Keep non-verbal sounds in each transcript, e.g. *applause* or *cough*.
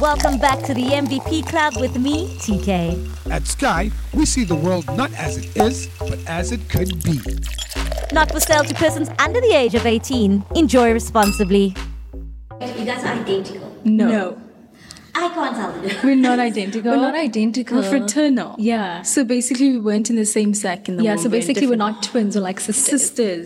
Welcome back to the MVP Club with me, TK. At Sky, we see the world not as it is, but as it could be. Not for sale to persons under the age of 18. Enjoy responsibly. You guys are identical. No. I can't tell the difference. We're not identical. We're not identical. We're fraternal. Yeah. So basically, we weren't in the same sack in the yeah, womb. so basically we're different not twins, we're like sisters.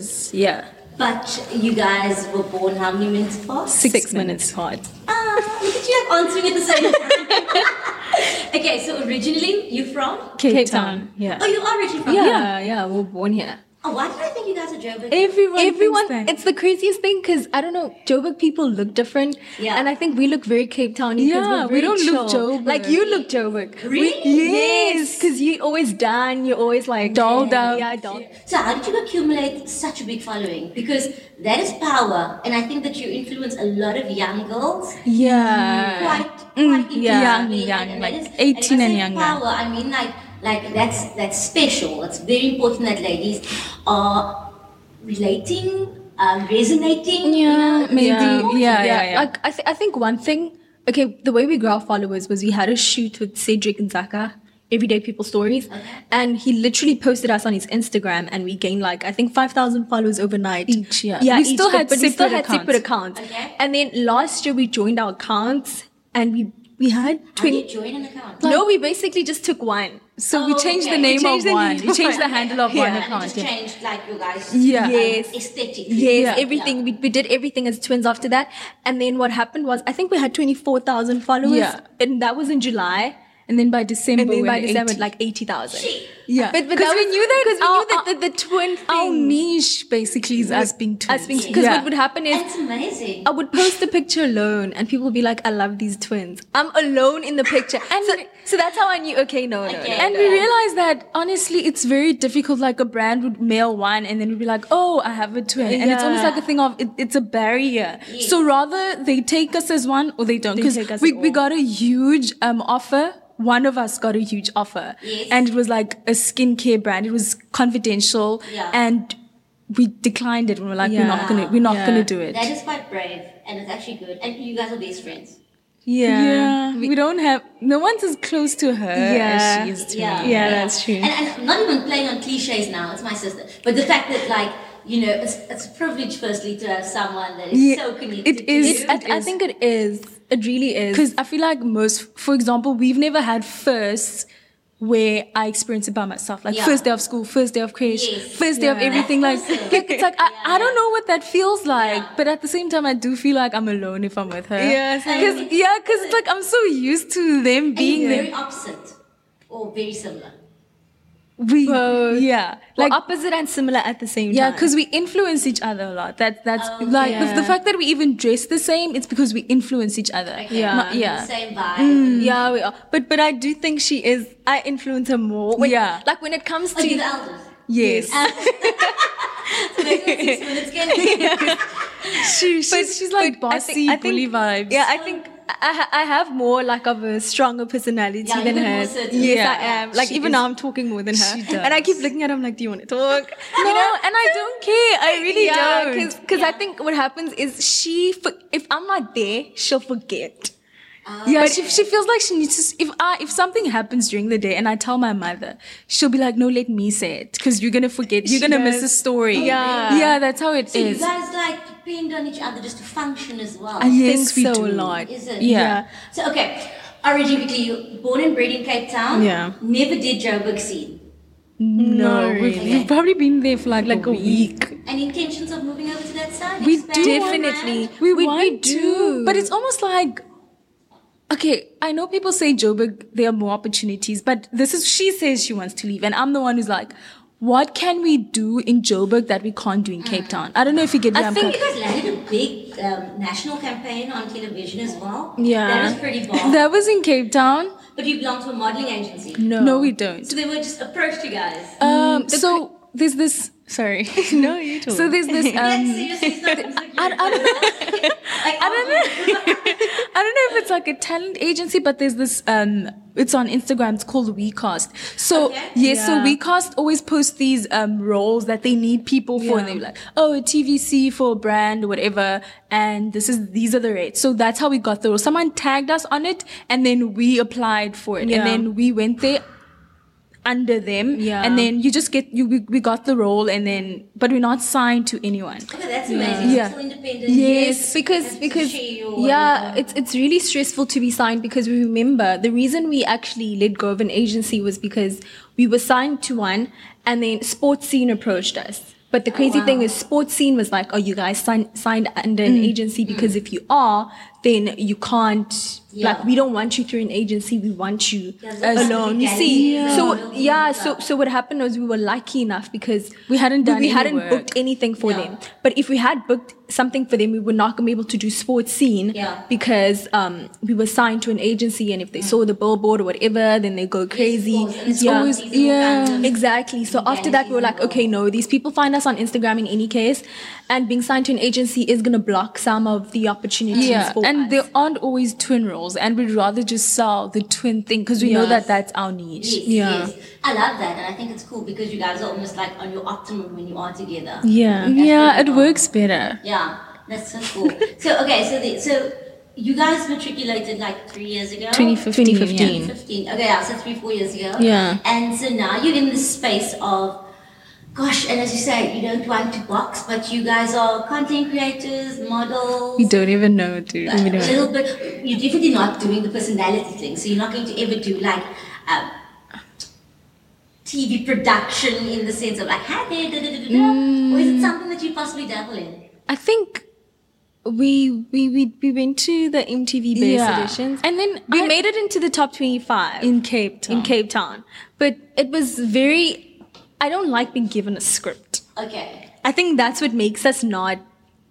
sisters. Yeah. *laughs* But you guys were born how many minutes past? Six, minutes apart. Ah, look at you like answering at the same time. *laughs* okay, so originally you're from? Cape, Cape Town. Town. Yeah. Oh, you are originally from? Yeah, yeah, we were born here. Oh, why did I think you guys were Joburg? Everyone. Everyone, thinks that. it's the craziest thing because I don't know, Joburg people look different. Yeah. And I think we look very Cape Town because Yeah, we're very we don't look chill. Joburg. Like you look Joburg. We- Really? yes, because you always done, you're always like Dolled up. Yeah, dolled. so how did you accumulate such a big following? Because that is power, and I think that you influence a lot of young girls. yeah. quite, Mm, quite yeah. Young, interesting, young, and like that is- 18 if I and say younger. Power, I mean, like, like that's that's special. It's very important that ladies are relating, um, resonating. you know, maybe. it's important. Yeah, yeah, yeah. Like, I, th- I think one thing, okay, the way we grew our followers was we had a shoot with Cedric and Zaka, Everyday People Stories, and he literally posted us on his Instagram, and we gained like I think five thousand followers overnight. Each, yeah. yeah. We each, still had but we still separate had separate accounts. Okay. And then last year we joined our accounts, and we we had How do you twenty. join an account? no, we basically just took one. So we Oh, changed okay. the name We changed of the one. name We of changed the one. handle of *laughs* one Yeah. And it account. just yeah. changed like you guys. um, Yeah. Yes. Aesthetically. Yes, Yeah. everything. We, we did everything as twins after that. And then what happened was, I think we had 24,000 followers. Yeah. And that was in July. And then by December, And then we by were December, 80. like 80,000. Yeah. But, but 'Cause that we was- knew that Because we our- knew that the, the twin thing. Our niche basically is us being twins. us being Because Yeah. what would happen is, That's amazing. I would post the picture alone and people would be like, I love these twins. I'm alone in the picture. and so, so that's how I knew, okay, no, no, Okay. no. And we realized that honestly, it's very difficult. Like a brand would mail one, and then we'd be like, "Oh, I have a twin," and it's almost Yeah. like a thing of it, it's a barrier. Yes. So rather they take us as one or they don't. They Because take us we at we all. got a huge um offer. One of us got a huge offer, Yes. and it was like a skincare brand. It was confidential, Yeah. and we declined it. We were like, "We're not Yeah. gonna, we're not Yeah. gonna do it." that is quite brave, and it's actually good. And you guys are best friends. yeah, we, don't have no one's as close to her Yeah. as she is to Yeah, me. Yeah, that's true. And, and I'm not even playing on cliches now. It's my sister, but the fact that like you know, it's, it's a privilege firstly to have someone that is Yeah, so connected. it to is. you. I, It I is. think it is. It really is. Because I feel like most, for example, we've never had firsts where I experience it by myself. Like Yeah. first day of school, first day of creche, Yes. first day of Yeah. everything. *laughs* Like, Awesome. like, it's like I, I don't Yeah. know what that feels like, Yeah. but at the same time, I do feel like I'm alone if I'm with her. Yeah, same. because yeah, because it's like I'm so used to them And being you're there. very opposite or very similar. We Both. yeah, like like opposite and similar at the same Yeah, time. because we influence each other a lot. That that's Oh, like the, the yeah. fact that we even dress the same. It's because we influence each other. Okay. Yeah. Not- The yeah. Mm. same vibe. Yeah, we are. But but I do think she is. I influence her more. When, Yeah. Like uh, when it comes Are to you the eldest? Yes. *laughs* So there's *laughs* no six minutes *laughs* again. she, she's, she's like but I bossy think- I bully think- vibes. Yeah, I think I, ha- I have more like of a stronger personality Yeah, than you're more her. certain. Yes, Yeah. I am. Like She even is- now I'm talking more than her. She And I does. keep looking at her. I'm like, do you want to talk? No, and I don't care. I really don't. Because I think what happens is she, for- if I'm not there, she'll forget. Uh, yeah, she, she feels like she needs to. s- If I if something happens during the day and I tell my mother, she'll be like, "No, let me say it," because you're gonna forget. She You're gonna miss does. a story. Yeah. Oh, yeah, that's how it is. Uh, so you guys like depend on each other just to function as well. I I yes, think we so do. a lot. Is it? Yeah. So okay. Origin quickly, you born and bred in Cape Town. Yeah. Never did Joburg scene. No, No, we've, really. we've probably been there for like like a week. And intentions of moving over to that side? We Expand do around? Definitely. We- We, we want to, do. but it's almost like okay. I know people say Joburg there are more opportunities, but this is she says she wants to leave, and I'm the one who's like, what can we do in Joburg that we can't do in Cape Town? I don't know if you get where I I'm think coming- You guys landed a big um, national campaign on television as well. Yeah. That was pretty *laughs* bomb. that was in Cape Town. but you belong to a modeling agency. No, we don't. So they were just approached you guys. Um, so there's this. Sorry. No, *laughs* you talk. so there's *laughs* this. Um, *laughs* yeah, seriously, it's not, it's not I, I don't know. like, I don't know if it's like a talent agency, but there's this. Um, it's on Instagram. It's called WeCast. So yes, so Yeah. WeCast always posts these um, roles that they need people for, and Yeah. they're like, oh, a TVC for a brand or whatever, and this is these are the rates. So that's how we got the role. Someone tagged us on it, and then we applied for it, Yeah. and then we went there under them Yeah. and then you just get you we, we got the role and then but we're not signed to anyone *laughs* Okay, that's amazing. Yeah. Still independent. Yes, have because to because share your- yeah, it's it's really stressful to be signed because we remember the reason we actually let go of an agency was because we were signed to one and then sports scene approached us. But the Oh, crazy thing is sports scene was like, "Oh, you guys sign, signed under Mm. an agency because if you are, then you can't Yeah. like we don't want you through an agency. We want you Yeah, look at the alone." You see? gallery, Yeah. So the yeah, building, so so what happened was we were lucky enough because We hadn't done we any hadn't work. booked anything for them. But if we had booked something for them, we were not gonna be able to do sports scene Yeah. because um, we were signed to an agency, and if they saw the billboard or whatever, then they go crazy. course, and it's yeah. always these little yeah, random exactly. So after that, we were like, involved. okay, no, these people find us on Instagram in any case, and being signed to an agency is gonna block some of the opportunities yeah for and us. there aren't always twin roles and we'd rather just sell the twin thing because we know Yes. that that's our niche Yes, Yeah. yes. I love that, and I think it's cool because you guys are almost like on your optimum when you are together. yeah. yeah it works better Yeah, that's so cool. so okay, so the, so you guys matriculated like three years ago. 2015 2015. 15. Okay, yeah, so three, four years ago. Yeah. And so now you're in the space of, gosh, and as you say, you don't want to box, but you guys are content creators, models. we don't even know dude a we don't little bit. You're definitely not doing the personality thing, so you're not going to ever do like. Um, TV production in the sense of like, hi there, da da da da da. Or Mm. is it something that you possibly dabble in? I think we we we we went to the MTV base Yeah. editions, And then we I- made it into the top twenty-five in cape town in Cape Town. But it was very. I don't like being given a script. Okay. I think that's what makes us not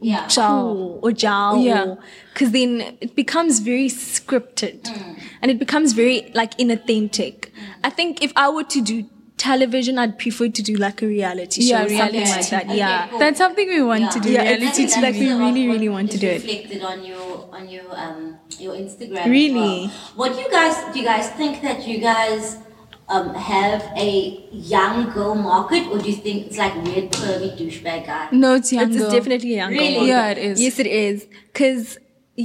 Yeah. cool or jiao. Yeah. Because then it becomes very scripted Mm. and it becomes very like inauthentic. I think if I were to do television, I'd prefer to do like a reality show Yeah, or reality. something like that. Okay, Yeah. cool. that's something we want Yeah. to do Yeah, reality I think it's that's like we a lot really, what really want to is do it. Reflected on your on your um your Instagram. as Really? well. What do you guys do? You guys think that you guys um have a young girl market, or do you think it's like weird pervy douchebag guy? no it's, young It's, it's girl. definitely a young Really? girl. Yeah, it is. Yes, it is. Because,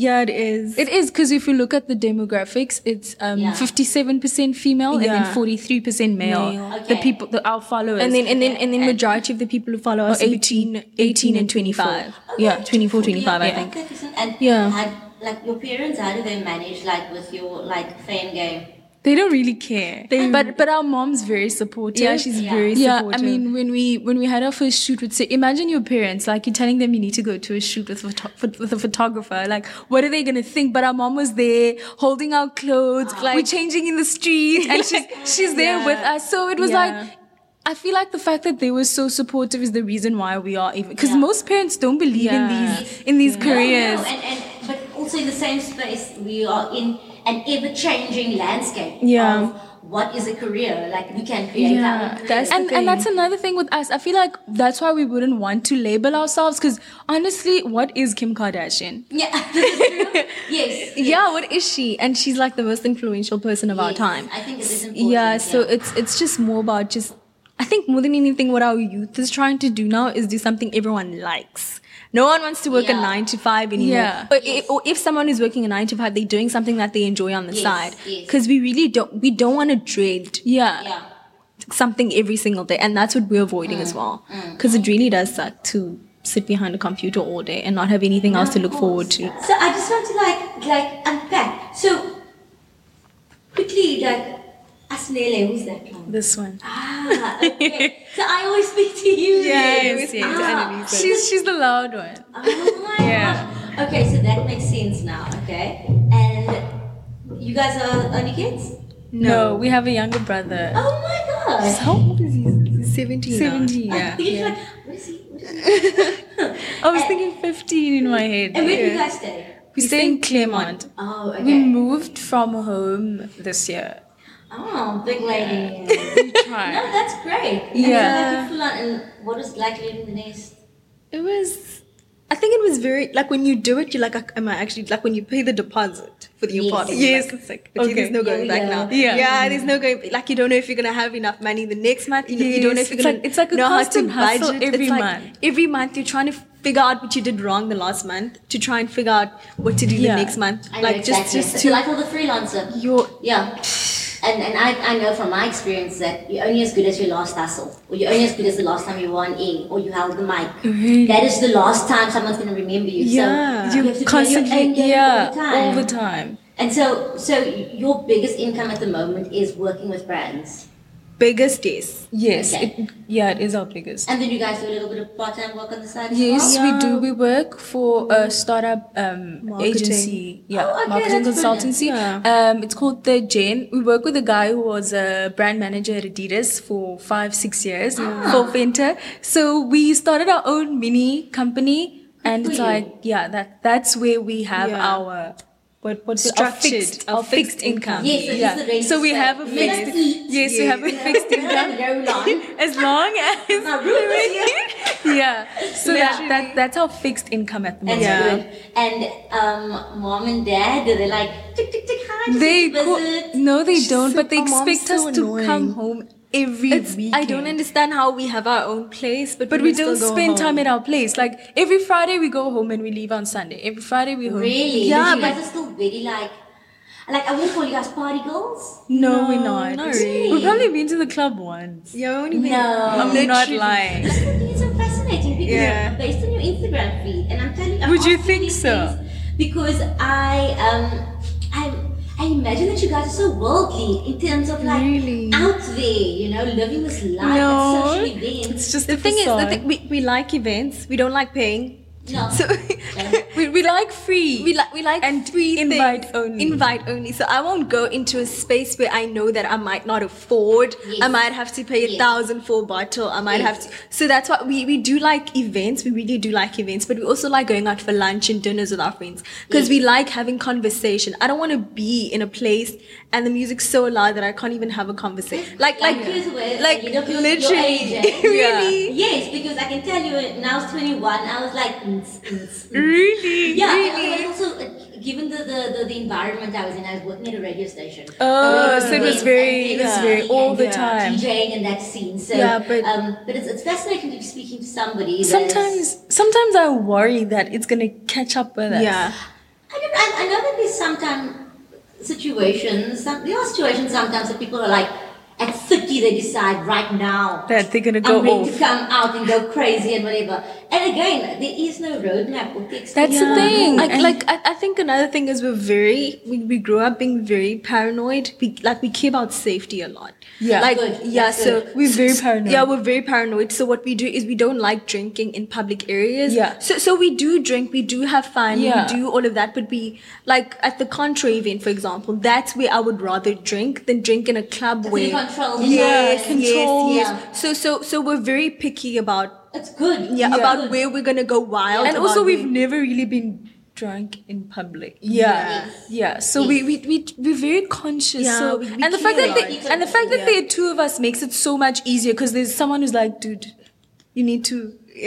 yeah, it is. It is because if you look at the demographics, it's Yeah. um fifty-seven percent female and Yeah. then forty-three percent male. Male. Okay. The people, the, our followers, and then, and then, and then, And- majority of the people who follow us are 18 between 18 and 25. Yeah, 24, 25, I think. And Yeah. had, like your parents, how do they manage like with your like fan game? they don't really care. They- but but our mom's very supportive. Yeah, she's Yeah. very yeah, supportive. I mean, when we when we had our first shoot, would say, imagine your parents like you're telling them you need to go to a shoot with photo- phot- with a photographer. Like, what are they gonna think? But our mom was there, holding our *gasps* clothes, like we're changing in the street, and she's she's there Yeah. with us. So it was Yeah. like. I feel like the fact that they were so supportive is the reason why we are even because Yeah. most parents don't believe Yeah. in these in these No, no, careers. and, and but also in the same space we are in an ever changing landscape Yeah. of what is a career. Like we can create our own that's the and thing. and that's another thing with us. I feel like that's why we wouldn't want to label ourselves because honestly, what is Kim Kardashian? Yeah, *laughs* this is true. *laughs* yes. yeah, what is she? And she's like the most influential person of our Yes, time. I think it is important. Yeah, so it's it's just more about just I think more than anything what our youth is trying to do now is do something everyone likes. No one wants to work a Yeah. 9 to 5 anymore. Yeah. Or, i or if someone is working a 9 to 5, they're doing something that they enjoy on the Yes, side yes. cuz we really don't we don't want to dread Yeah. yeah. something every single day and that's what we're avoiding as well cuz it really does suck to sit behind a computer all day and not have anything else to Of look course. forward to. So I just want to like like unpack. So quickly, like Asnele, who's that one? This one. Ah, okay. so I always speak to you. Yes, yes. Ah, She's she's the loud one. Oh my Yeah. God. Okay, so that makes sense now. Okay, and you guys are only kids. No, we have a younger brother. Oh my God. How old is he? 17. Seventeen. Yeah. You're like, what is he? What is he? *laughs* I Eh. was thinking fifteen in my head. And where do you guys stay? We stay in Claremont. Oh, We okay. moved from home this year. Oh, big lady. We No, *laughs* tried. that's great. And Yeah. Oh, so, like, you full on, and what is like living in the nest? It was I think it was very like when you do it, you're like, "Ah, am I actually like when you pay the deposit for the Yes. apartment? Yes. like, it's like okay, Okay. there's no Yeah, going yeah. back now. Yeah. yeah, there's no going. Like you don't know if you're gonna have enough money the next month. You, you don't know Yes. if you're It's gonna. like- it's like a know how to constant hustle budget. every it's like month. Every month you're trying to figure out what you did wrong the last month to try and figure out what to do Yeah. the next month. I know like just exactly. just it's to the life of the freelancer. your Yeah. And, and I, I know from my experience that you're only as good as your last hustle, or you're only as good as the last time you won in, or you held the mic. That is the last time someone's going to remember you. Yeah. So you have to play your end game yeah, all the time. all the time. And so, so your biggest income at the moment is working with brands, biggest days. Yes, Okay. it, yeah, it is our biggest. and then you guys do a little bit of part-time work on the side. as Yes, well? we do. We work for a startup um, Marketing. agency, yeah, Oh, okay, marketing that's consultancy. brilliant. Um, it's called the Jane. We work with a guy who was a brand manager at Adidas for five, six Ah. years for Fenter. So we started our own mini company, and for it's you. like yeah, that that's where we have Yeah. our what what's it- Structured, our fixed, our our fixed fixed income. income. Yes, it is the range So we itself. have a You let fixed. us eat. Yes, we *laughs* have a Yes. fixed income Roll on. as long as My *laughs* roof is yeah so that, that that's our fixed income at the That's Yeah. moment good. And um, mom and dad, do they like tick tick tick hi? just they wanted to co- visit. no they don't like, but they "Oh, Mom's expect us so to annoying." come home every It's, weekend I don't understand how we have our own place, but but we, we don't still go spend home. time at our place like every friday we go home and we leave on sunday every friday we home Really? yeah you but guys are still very like, like I wouldn't call you guys party girls. no, we're No, not not really. we've probably been to the club once Yeah, we've only been- No. i'm not lying That's something that's so fascinating because Yeah. based on your Instagram feed, and I'm telling you, I'm Would you asking think these so? things Because I um I I imagine that you guys are so worldly in terms of like Really? out there, you know, living this life No, at social events. it's just The a thing is, the facade. thing, we, we like events. We don't like paying. No. *laughs* So we, we like free we like we like And free invite things. only. Invite only. So I won't go into a space where I know that I might not afford. Yes. I might have to pay a Yes. thousand for a bottle. I might Yes. have to. So that's why we we do like events. We really do like events, but we also like going out for lunch and dinners with our friends because we like having conversation. I don't want to be in a place and the music's so loud that I can't even have a conversation. Like like Like, here's where like you don't feel your literally age, eh? *laughs* *laughs* really. Yes, because I can tell you when I was 21, I was like, "Mm, mm, mm." really yeah, I was also, uh, given the, the, the, the environment I was in, I was working at a radio station. Oh, so it was Yes, very, and it was then very DJing all the and time. DJing and that scene. So, Yeah, but- um, but it's, it's fascinating to be speaking to somebody. that is- Sometimes, sometimes I worry that it's gonna catch up with us. Yeah. I don't. I, I know that there's sometimes situations. Some, there are situations sometimes that people are like at 30 they decide right now That they're gonna go I'm ready off. to come out and go crazy and whatever. And again, there is no roadmap or text. That's the thing. Like, And- like I, I think another thing is we're very we, we grew up being very paranoid. We like we care about safety a lot. Yeah. Like Good. yeah, That's so good. We're very paranoid. Yeah, we're very paranoid. So what we do is we don't like drinking in public areas. Yeah. So so we do drink, we do have fun, Yeah. we do all of that, but we like at the contra event, for example, that's where I would rather drink than drink in a club That's where where you control the yes, environment. yes, yes. Yeah. So so so we're very picky about It's good. yeah, It's about good. where we're gonna go wild. and also about we've where- never really been drunk in public. Yeah, Yes. yeah. So we we we we're very conscious. Yeah, so we- we and the fact care that a lot. they, and the fact that there are two of us makes it so much easier because there's someone who's like, dude, you need to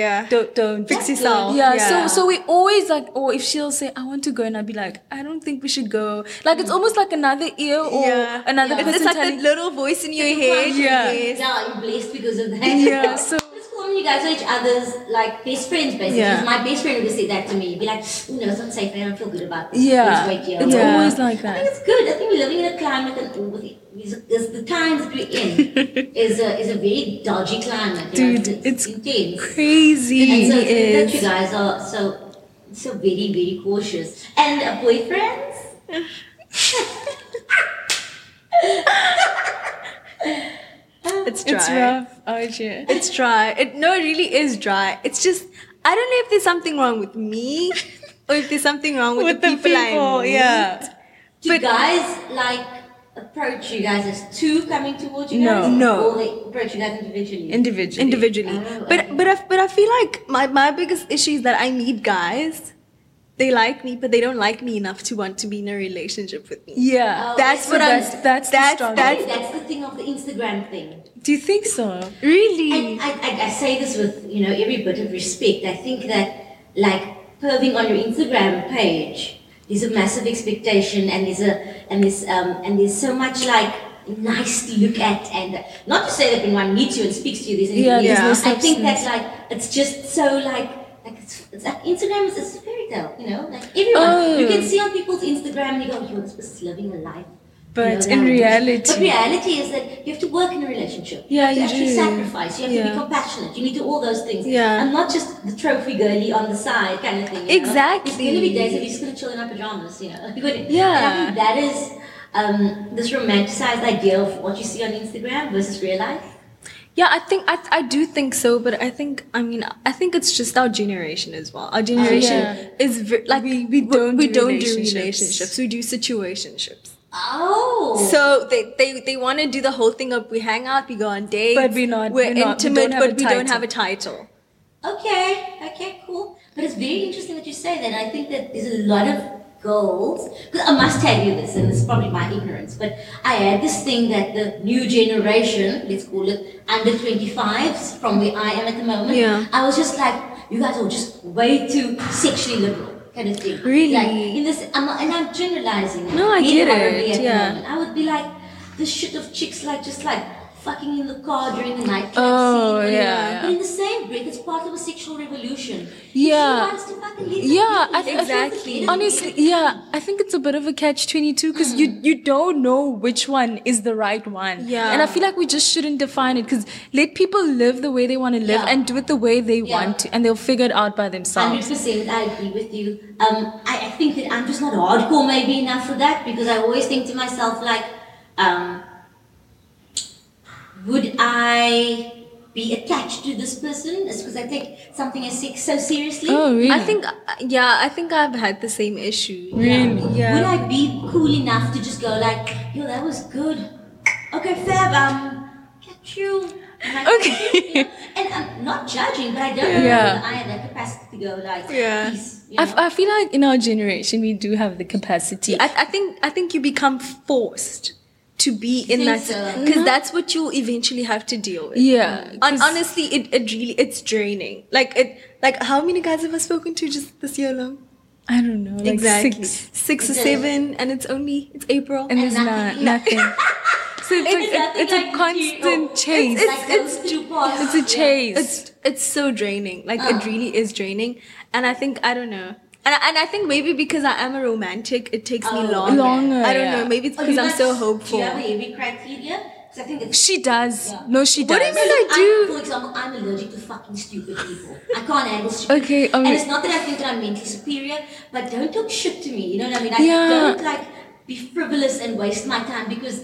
yeah. don't don't Fix yourself. Yeah, Yeah. So so we always like, or if she'll say, I want to go, and I'd be like, I don't think we should go. Like it's almost like another ear or yeah. another It's, person it's like telling. that little voice in your head. Yeah. Yes. Yeah, you're blessed because of that. *laughs* Yeah, so- it's cool when you guys are each other's like best friends basically. Yeah. 'Cause My best friend would say that to me. Be like, oh, no, it's not safe. I don't feel good about this. yeah, Let's wait here. it's Yeah. always I like that. think it's good. I think we're living in a climate and with is, is the times that we're *laughs* in is a is a very dodgy climate. you know, Dude, it's intense. crazy. And so it's It good that is. you guys are so so very very cautious. And uh, boyfriends. It's dry. It's rough out here. It's dry. It no, it really is dry. It's just I don't know if there's something wrong with *laughs* me or if there's something wrong with, the, people, I meet. yeah. Do guys like approach you guys as two coming towards you No. guys? No. Or they approach you guys individually? Individually. Individually. Oh, okay. but but I but I feel like my, my biggest issue is that I meet guys. They like me, but they don't like me enough to want to be in a relationship with me. Yeah. Oh, that's so what I'm. that's- that's the struggle. I think that's the thing of the Instagram thing. Do you think so? really. And I, I, I say this with you know every bit of respect. I think that like perving on your Instagram page. There's a massive expectation, and there's a and there's um and there's so much like nice to look at, and not to say that when one meets you and speaks to you, there's Yeah, anything there's no I think substance. that's like it's just so like. Like it's, it's like Instagram is is a fairy tale, you know. Like everyone, you Oh. can see on people's Instagram, and you go, "You're just living a life." But You know, in that- reality- but reality is that you have to work in a relationship. Yeah, you you have to actually do. sacrifice. You have to Yeah. be compassionate. You need to do all those things. Yeah. And not just the trophy girly on the side kind of thing. you know? Exactly. It's gonna be days that you're just gonna chill in our pajamas, you know. *laughs* You're gonna- Yeah. And I think that is um, this romanticized idea of what you see on Instagram versus real life. Yeah, I think I, I do think so, but I think I mean I think it's just our generation as well. Our generation yeah. is ve- like We- we don't we do don't relationships. do relationships. We do situationships. Oh. So they they, they want to do the whole thing of we hang out, we go on dates, But we're not- we're, we're not- we intimate, don't have but a we don't title. have a title. Okay, okay, cool. But it's very interesting that you say that. and I think that there's a lot of girls. Because I must tell you this, and it's probably my ignorance, but I had this thing that the new generation, let's call it under 25s, from where I am at the moment, Yeah. I was just like, you guys are just way too sexually liberal. Kind of thing. Really? Like in this, I'm not, and I'm generalizing. No, I very get it, horribly at the yeah. moment. I would be like, the shit of chicks, like just like fucking in the car during the night. Oh, scene, yeah, yeah. But in the same breath, it's part of a sexual revolution. Yeah. She wants to fucking leave the Yeah, people. I th- Exactly. I think, honestly, yeah, I think it's a bit of a catch twenty two because you you don't know which one is the right one. Yeah. and I feel like we just shouldn't define it because let people live the way they want to live Yeah. and do it the way they Yeah. want to, and they'll figure it out by Hundred themselves. percent, I agree with you. Um, I, I think that I'm just not hardcore maybe enough for that because I always think to myself like, um, would I be attached to this person? It's because I take something as sex so seriously. Oh, really? I think yeah, I think I've had the same issue. Really? Yeah. Would I be cool enough to just go like, yo, that was good. Okay, fab. Um, catch you. And I- Okay. And I'm not judging, but I don't know Yeah. that I have that capacity to go like, Yeah. peace. you I, know? f- I feel like in our generation we do have the capacity. I, I think I think you become forced to be in think that so? Mm-hmm. because that's what you'll eventually have to deal with. Yeah, And 'cause- honestly, it, it really it's draining. Like it like how many guys have I spoken to just this year long? I don't know, like exactly six, six, or seven, and it's only it's April. and there's not nothing. nothing. so it's, It's like, nothing it's a like constant you. chase. It's like those two parts. It's a chase. it's it's so draining. Like Uh. it really is draining. And I think I don't know. And I, and I think maybe because I am a romantic, it takes me Oh. longer. Longer, I don't yeah. know. Maybe it's Oh, because you I'm guys- so hopeful. Do you have a heavy criteria? Because I think it's. she does. Yeah. No, she does. What do you mean I I'm- do- for example, I'm allergic to fucking stupid people. I can't handle stupid Okay, um, people. alright. And it's not that I think that I'm mentally superior, but don't talk shit to me. You know what I mean? I Yeah. don't like be frivolous and waste my time because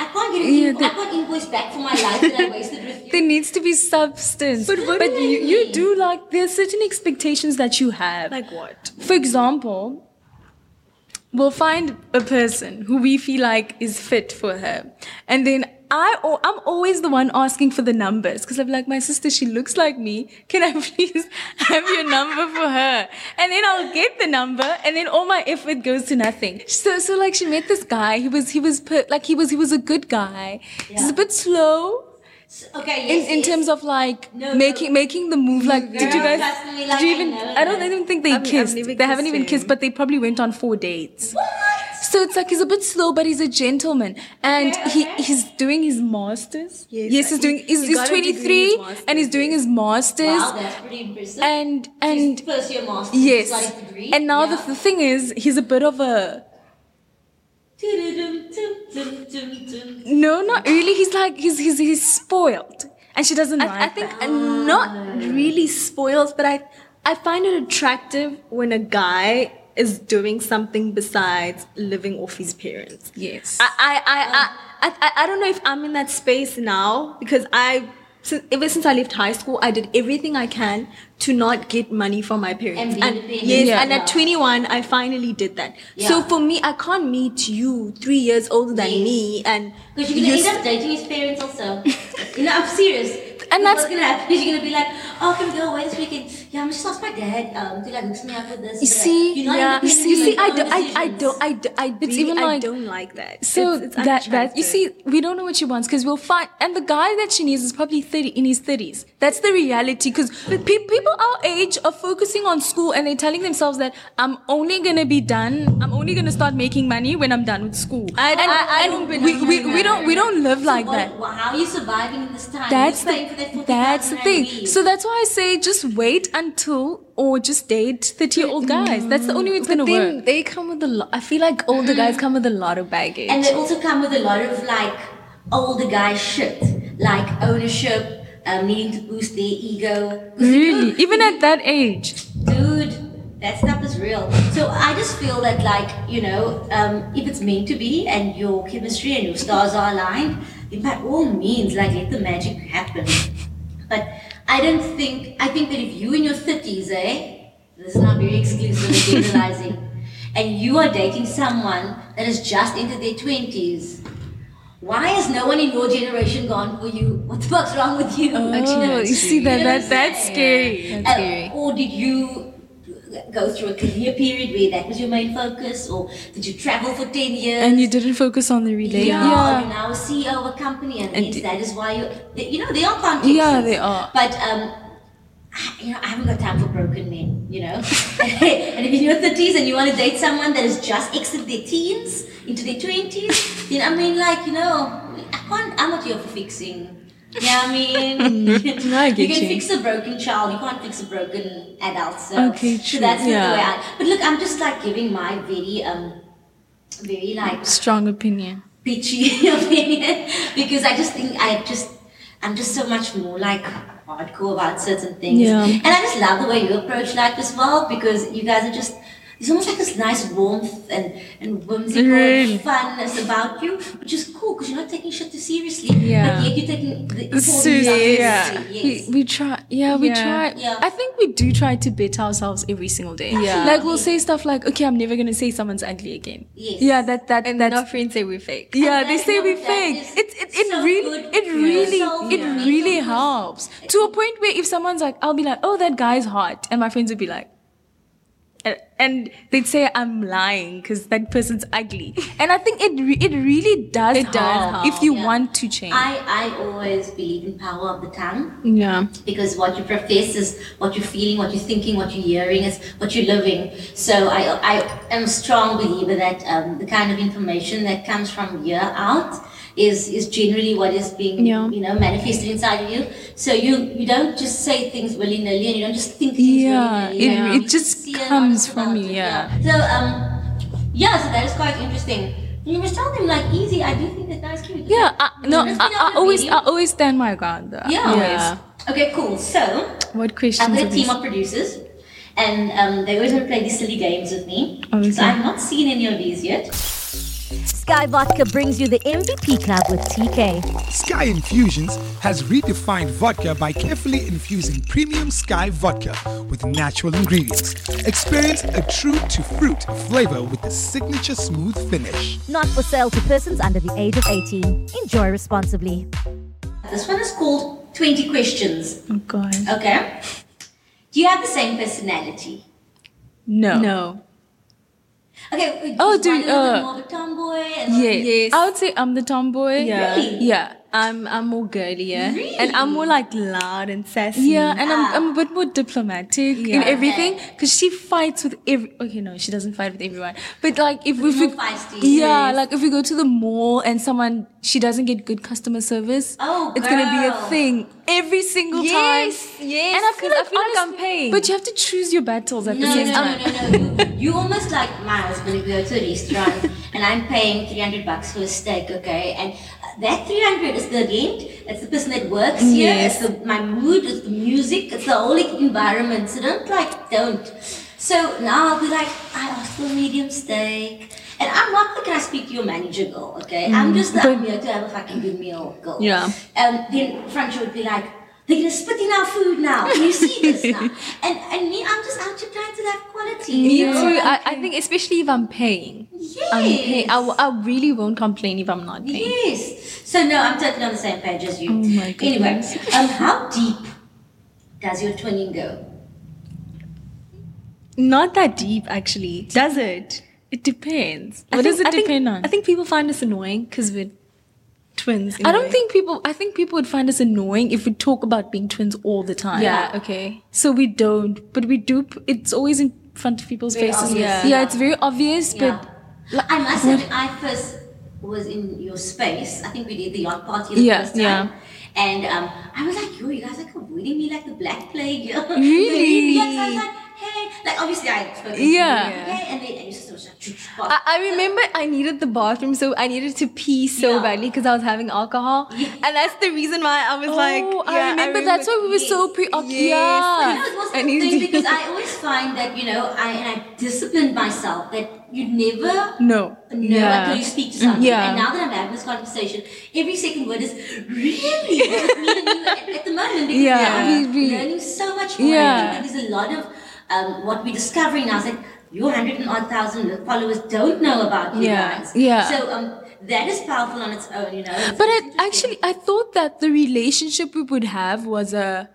I can't get an Yeah, invo- I they- can't invoice back for my life that I wasted with *laughs* you. There needs to be substance. But what do you, I you mean? do like there's certain expectations that you have. Like what? for example, we'll find a person who we feel like is fit for her, and then. I, al- I'm always the one asking for the numbers because I'm like, my sister, she looks like me. Can I *laughs* please have your number for her? And then I'll get the number and then all my effort goes to nothing. So, so like she met this guy. He was, he was, per, like he was, he was a good guy. He's a bit slow okay, in, yes, in yes. terms of like No, making making the move like did you Girl, guys trust me, did you like, even I know I don't that. even think they I've- I've kissed never they haven't kissed even him. kissed but they probably went on four dates What? so it's like he's a bit slow but he's a gentleman and Okay, he okay. he's doing his masters Yes, yes he's he- doing he's, he he's got a degree in 23 his masters, and he's doing his masters Wow, that's pretty impressive. and She's and first year master's yes decided degree. and now yeah. the, the thing is he's a bit of a Doo-doo-dum-dum-dum-dum-dum. no not really he's like he's he's, he's spoiled and she doesn't like I, I that. think uh, not really spoils, but I I find it attractive when a guy is doing something besides living off his parents. yes I I I, I, I, I don't know if I'm in that space now because I since, ever since I left high school, I did everything I can to not get money from my parents. And be independent. yes, Yeah. and at 21, I finally did that. So Yeah. for me, I can't meet you three years older than Yes. me, and Because you're gonna you end up dating his *laughs* parents also. you know, I'm serious. And What's *laughs* that's- gonna happen is you're gonna be like, oh, can we go away this weekend? yeah, I'm just ask my dad um, to like hook me up with this. but, You like, see, you're not yeah, even gonna You see, do you see, my I don't, I, I conversations. don't, I, d- I, really- even I like- don't like that. So It's- it's that that you unattractive. see, we don't know what she wants because we'll find, and the guy that she needs is probably thirty in his thirties. That's the reality because pe- people our age are focusing on school and they're telling themselves that I'm only gonna be done. I'm only gonna start making money when I'm done with school. I- and, I- I and don't we, we, we don't we don't live like What- that. wha- how are you surviving in this time? That's Who's paying for that the 40,000 that's the rand a thing. week? So that's why I say just wait until or just date thirty year old guys. That's the only way it's gonna but then work. they come with a lot. I feel like older guys come with a lot of baggage. And they also come with a lot of like older guy shit, like ownership, um, needing to boost their ego. 'Cause Really, even at that age. dude, that stuff is real. So I just feel that like you know, um, if it's meant to be and your chemistry and your stars are aligned, then by all means, like let the magic happen. But I don't think I think that if you in your thirties, eh, this is not very exclusive and generalizing, and you are dating someone that has just entered their twenties. Why has no one in your generation gone for you? What the fuck's wrong with you? Oh, you see that, You know what that I'm that's saying? scary. That's Uh, scary. Or did you go through a career period where that was your main focus, or did you travel for 10 years? And you didn't focus on the yeah, relate. Or you're now a CEO of a company, and, And hence d- that is why you, they- you know, they are contexts. Yeah, they are. But, um, I- you know, I haven't got time for broken men, you know? *laughs* and if you're in your 30s and you want to date someone that has just exited their teens into their 20s, then I mean, like, you know, I can't, I'm not here for fixing. Yeah, I *laughs* mean, *laughs* Mm-hmm. I get you can you. fix a broken child, you can't fix a broken adult. So, Okay, so true, that's not the yeah. way I. But look, I'm just like giving my very, um, very like Strong opinion. bitchy *laughs* opinion because I just think I just I'm just so much more like hardcore about certain things. Yeah. And I just love the way you approach life as well because you guys are just it's almost like this nice warmth and, and whimsical Really? funness about you, which is cool because you're not taking shit too seriously. Yeah. But yet you're taking the important stuff Seriously, seriously. yeah. We, Yes. we try. Yeah, we Yeah. try. Yeah. I think we do try to better ourselves every single day. Yeah. Like we'll say stuff like, "Okay, I'm never gonna say someone's ugly again." Yes. Yeah, that that and that's. our friends say we're fake. *laughs* yeah, And they that- say no, we that fake. is It's it, it so really good it for really yourself, it yeah. really mental helps to a point where if someone's like, I'll be like, oh, that guy's hot, and my friends would be like, and, and they'd say I'm lying because that person's ugly, and I think it re- it really does It help, does help, if you yeah. want to change. I, I always believe in power of the tongue. Yeah. because what you profess is what you're feeling, what you're thinking, what you're hearing is what you're living. So I, I am a strong believer that um, the kind of information that comes from here out is, is generally what is being Yeah. you know manifested inside of you. So you you don't just say things willy nilly and you don't just think things Yeah, willy nilly. it- it just comes from you, yeah. So um, yeah, so that is quite interesting. You must tell them like easy. I do think that that's cute. yeah, I, no, I, Just get I out of always uh, the I always stand my ground though. yeah. Yeah. Okay, cool. So. What I've questions? got are a team these? of producers, and um, they always want to play these silly games with me. Okay. So I've not seen any of these yet. Sky Vodka brings you the MVP Club with TK. Sky Infusions has redefined vodka by carefully infusing premium Sky vodka with natural ingredients. Experience a true to fruit flavor with the signature smooth finish. Not for sale to persons under the age of 18. Enjoy responsibly. This one is called 20 Questions. Oh God, Okay. Do you have the same personality? no, No. Okay. Oh, is do- one a little bit uh, more of a tomboy? And yeah, Yes. I would say I'm the tomboy. Yeah. Really? yeah. I'm I'm more girlier. Really? And I'm more like loud and sassy. Yeah, and Ah. I'm, I'm a bit more diplomatic in Yeah. everything because she fights with every. Okay, no, she doesn't fight with everyone, but like if we, if more we feisty. yeah, Yes. like if we go to the mall and someone she doesn't get good customer service, Oh, it's gonna be girl. a thing every single Yes, time. yes, and I feel 'cause like I feel like I'm honestly- paying. but you have to choose your battles at No, no, the same no, time. no, no, no. You, you almost like my husband. We go to a restaurant and I'm paying 300 bucks for a steak, okay? And uh, that 300 is the rent, that's the person that works here, it's the, my mood, it's the music, it's the whole environment. So don't like, don't. So now I'll be like, I asked for a medium steak. And I'm not like, can I speak to your manager, girl, okay? I'm Mm. just like, I'm here to have a fucking good meal, girl. Yeah. Um, then Francho would be like, they're gonna spit in our food now. Can you see this *laughs* now? And and me, I'm just out here trying to have quality. Me you know? too. I, I think especially if I'm paying. Yes. I'm paying. I, w- I really won't complain if I'm not paying. yes. So no, I'm totally on the same page as you. Oh my Anyway, goodness. um, how deep does your twinning go? Not that deep, actually. Does it? It depends. What does it depend on? I think people find us annoying because we're twins. in I a don't way. think people. I think people would find us annoying if we talk about being twins all the time. Yeah. Okay. So we don't, but we do. p- It's always in front of people's Very faces. obvious. Yeah. Yeah. it's very obvious, Yeah. but I must say, when I first was in your space, I think we did the yacht party the Yeah, first time. yeah. And um, I was like, yo, you guys are like avoiding me like the black plague. yo." *laughs* Really? yes, I was like, hey. Like, obviously, I spoke to Yeah. Ah, you. Hey, and then and your sister was like, "Shh, shh, I, boss." I remember I needed the bathroom, so I needed to pee so Yeah. badly because I was having uh, alcohol, and that's the reason why I was like, oh, yeah, I, remember, that's why we were so oh, preoccupied. Yes. You know, it was I the need thing to- *laughs* because I always find that, you know, I, and I disciplined myself that you never No. No, Yeah. until you speak to someone. yeah. And now that I'm having this conversation, every second word is really What does it mean and you know, at, at the moment because Yeah. now We- we- we're learning so much more. Yeah. I think that there's a lot of um, what we're discovering now is that your hundred and odd thousand followers don't know about you Yeah. guys. Yeah. So um, that is powerful on its own, you know. It's- But it's I, interesting. actually, I thought that the relationship we would have was a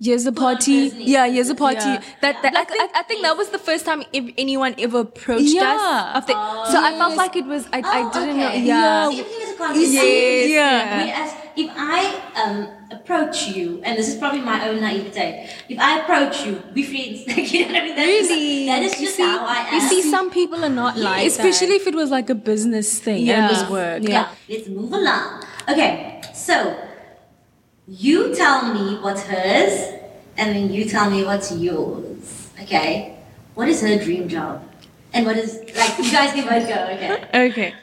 here's a party. business. Yeah, here's a party. Yeah. That, that Like, I, I think that was the first time if anyone ever approached Yeah. us. After, so I felt Yes. like it was I, I Oh, didn't okay. know. Yeah. Yeah. See, everything is a conversation. Yes, yeah. Whereas if I um, approach you, and this is probably my own naivete, if I approach you, be friends. *laughs* Like, you know what I mean? That's Really? Just, that is You just see- how I am. You see, some people are not like especially that. if it was like a business thing. Yeah, Yeah. it was work. yeah. Let's move along. Okay, so you tell me what's hers, and then you tell me what's yours. Okay, what is her dream job, and what is like you guys give her a go. Okay. *laughs* Okay.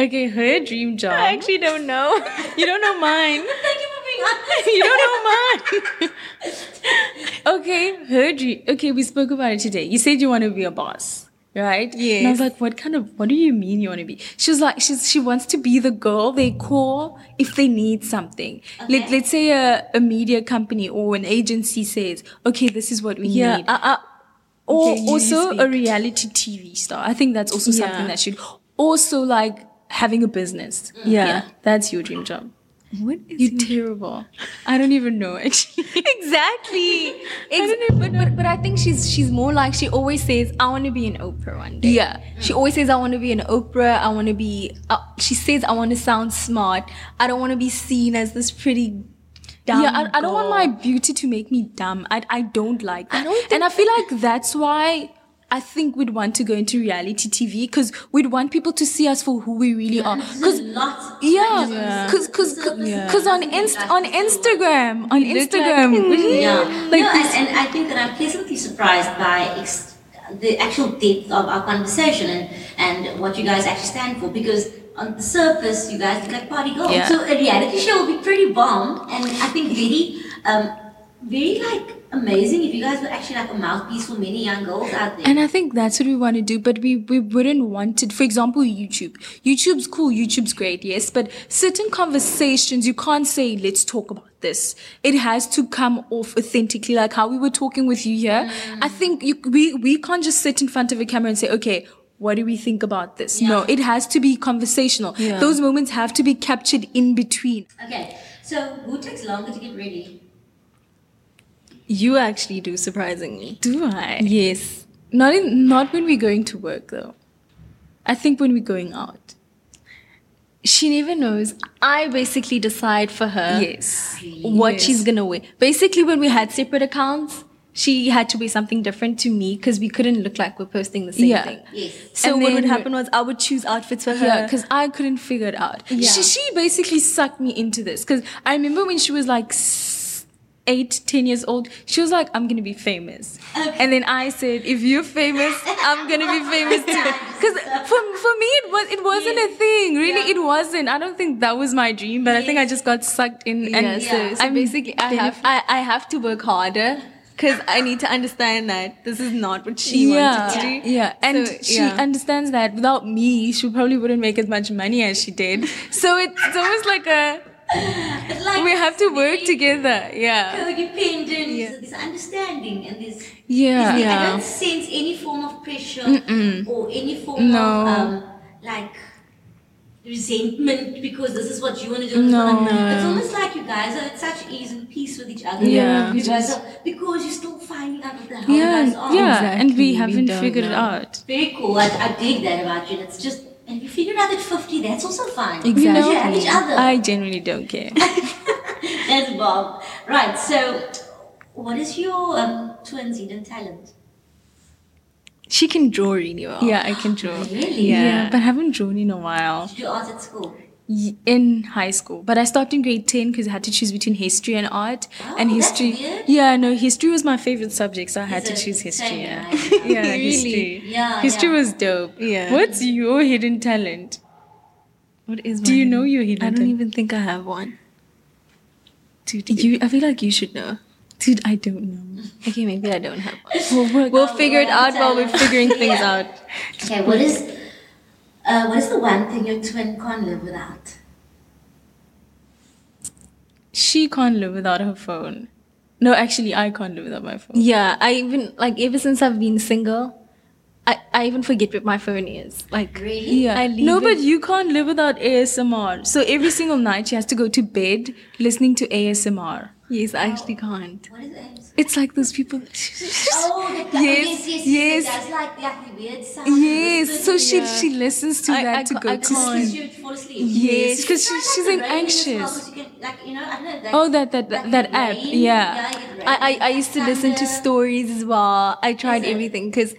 Okay, her dream job. I actually don't know. *laughs* you don't know *laughs* mine. Thank you for being honest. you don't know mine. okay, her dream. Okay, we spoke about it today. You said you want to be a boss, right? Yeah. And I was like, what kind of? What do you mean you want to be? She was like, she's she wants to be the girl they call if they need something. Let Okay. Let's say a, a media company or an agency says, okay, this is what we Yeah, need. uh, uh, or Okay, you- you also speak. a reality TV star. I think that's also something Yeah. that should also like having a business. Yeah. That's your dream job. What is You're terrible. I don't even know actually. *laughs* exactly. Ex- but, but but I think she's she's more like she always says I want to be an Oprah one day. Yeah. She always says I want to be an Oprah. I want to be. Uh, she says I want to sound smart. I don't want to be seen as this pretty. Dumb yeah, I, I don't want girl. my beauty to make me dumb. I, I don't like that. I don't think- and I feel like that's why I think we'd want to go into reality TV because we'd want people to see us for who we really *laughs* are. There's Because a lot. yeah, because because because on inst on Instagram on Instagram. Yeah. Like, no, and, and I think that I'm pleasantly surprised by ex- the actual depth of our conversation and, and what you guys actually stand for because on the surface you guys look like party girls. Yeah. So a reality show will be pretty bomb and I think very um very like amazing if you guys were actually like a mouthpiece for many young girls out there. And I think that's what we want to do, but we, we wouldn't want it. For example, YouTube. YouTube's cool, YouTube's great, yes, but certain conversations, you can't say, let's talk about this. It has to come off authentically, like how we were talking with you here. I think you, we, we can't just sit in front of a camera and say, okay, what do we think about this? No, it has to be conversational. Yeah. Those moments have to be captured in between. okay. So who takes longer to get ready? You actually do surprisingly. Do I? Yes. Not in, not when we're going to work though. I think when we're going out. She never knows. I basically decide for her Yes. what she's gonna wear. Basically, when we had separate accounts, she had to wear something different to me because we couldn't look like we're posting the same Yeah. thing. Yes. So And what would then- happen was I would choose outfits for her. Yeah, because I couldn't figure it out. She, she basically sucked me into this. Because I remember when she was like s- eight, ten years old, she was like, I'm going to be famous. And then I said, if you're famous, I'm going to be famous *laughs* too. Because for, for me, it, was, it wasn't a thing. Really, it wasn't. I don't think that was my dream, but I think I just got sucked in. And yeah, so, so I'm basically I have I, I have to work harder because I need to understand that this is not what she yeah, wanted to do. Yeah, and So, she yeah. understands that without me, she probably wouldn't make as much money as she did. So it's it's almost like a But like we have to work really together. Yeah, Codependent, this understanding and this yeah, It's- I Yeah. don't sense any form of pressure or any form No. of um, like resentment because this is what you want to do. and this No. one. It's almost like you guys are at such ease and peace with each other. Yeah. You guys are, because you're still finding out what the hell Yeah, you guys are. yeah, and we Exactly, we haven't don't figured it know. out. Very cool. I, I dig that about you. That's just, and you figured out at 50, that's also fine. Exactly. You have each other. I genuinely don't care. That's Bob. Right, so what is your um, twin's hidden talent? She can draw really well. yeah, I can draw. Oh. Really? Yeah, Yeah. but I haven't drawn in a while. Did you do art at school? Y- In high school, but I stopped in grade ten because I had to choose between history and art. and Oh, that's history, weird. yeah, no, history was my favorite subject, so I had Is to it choose history. same, Yeah, right? *laughs* yeah Really? history. Yeah, history yeah. was dope. Yeah. What's your hidden talent? What is? Do you mine? know your hidden? I don't talent? even think I have one. Dude, You, I feel like you should know. dude, I don't know. Okay, maybe I don't have one. Well, *laughs* work- *laughs* We'll figure it out while we're *laughs* figuring things Yeah. out. Okay, what is uh, what is the one thing your twin can't live without? she can't live without her phone. No, actually, I can't live without my phone. Yeah, I even like ever since I've been single, I, I even forget what my phone is. Like Really? I leave no, but it- you can't live without ASMR. So every single night she has to go to bed listening to ASMR. yes, I actually can't. What is it? *laughs* It's like those people. Oh, that- that- Yes, yes, yes, yes. That's like that weird sound. Yes, so she Yeah. she listens to I- that I to ca- go I to can't. sleep. you fall asleep. Yes, 'cause she- Sometimes she's the an raining as well, anxious. 'cause you can, like, you know, I don't know, that- Oh, that- that- like that the app, rain, yeah. it rains, I, I, I used to listen to thunder. stories as well. I tried Is it? everything because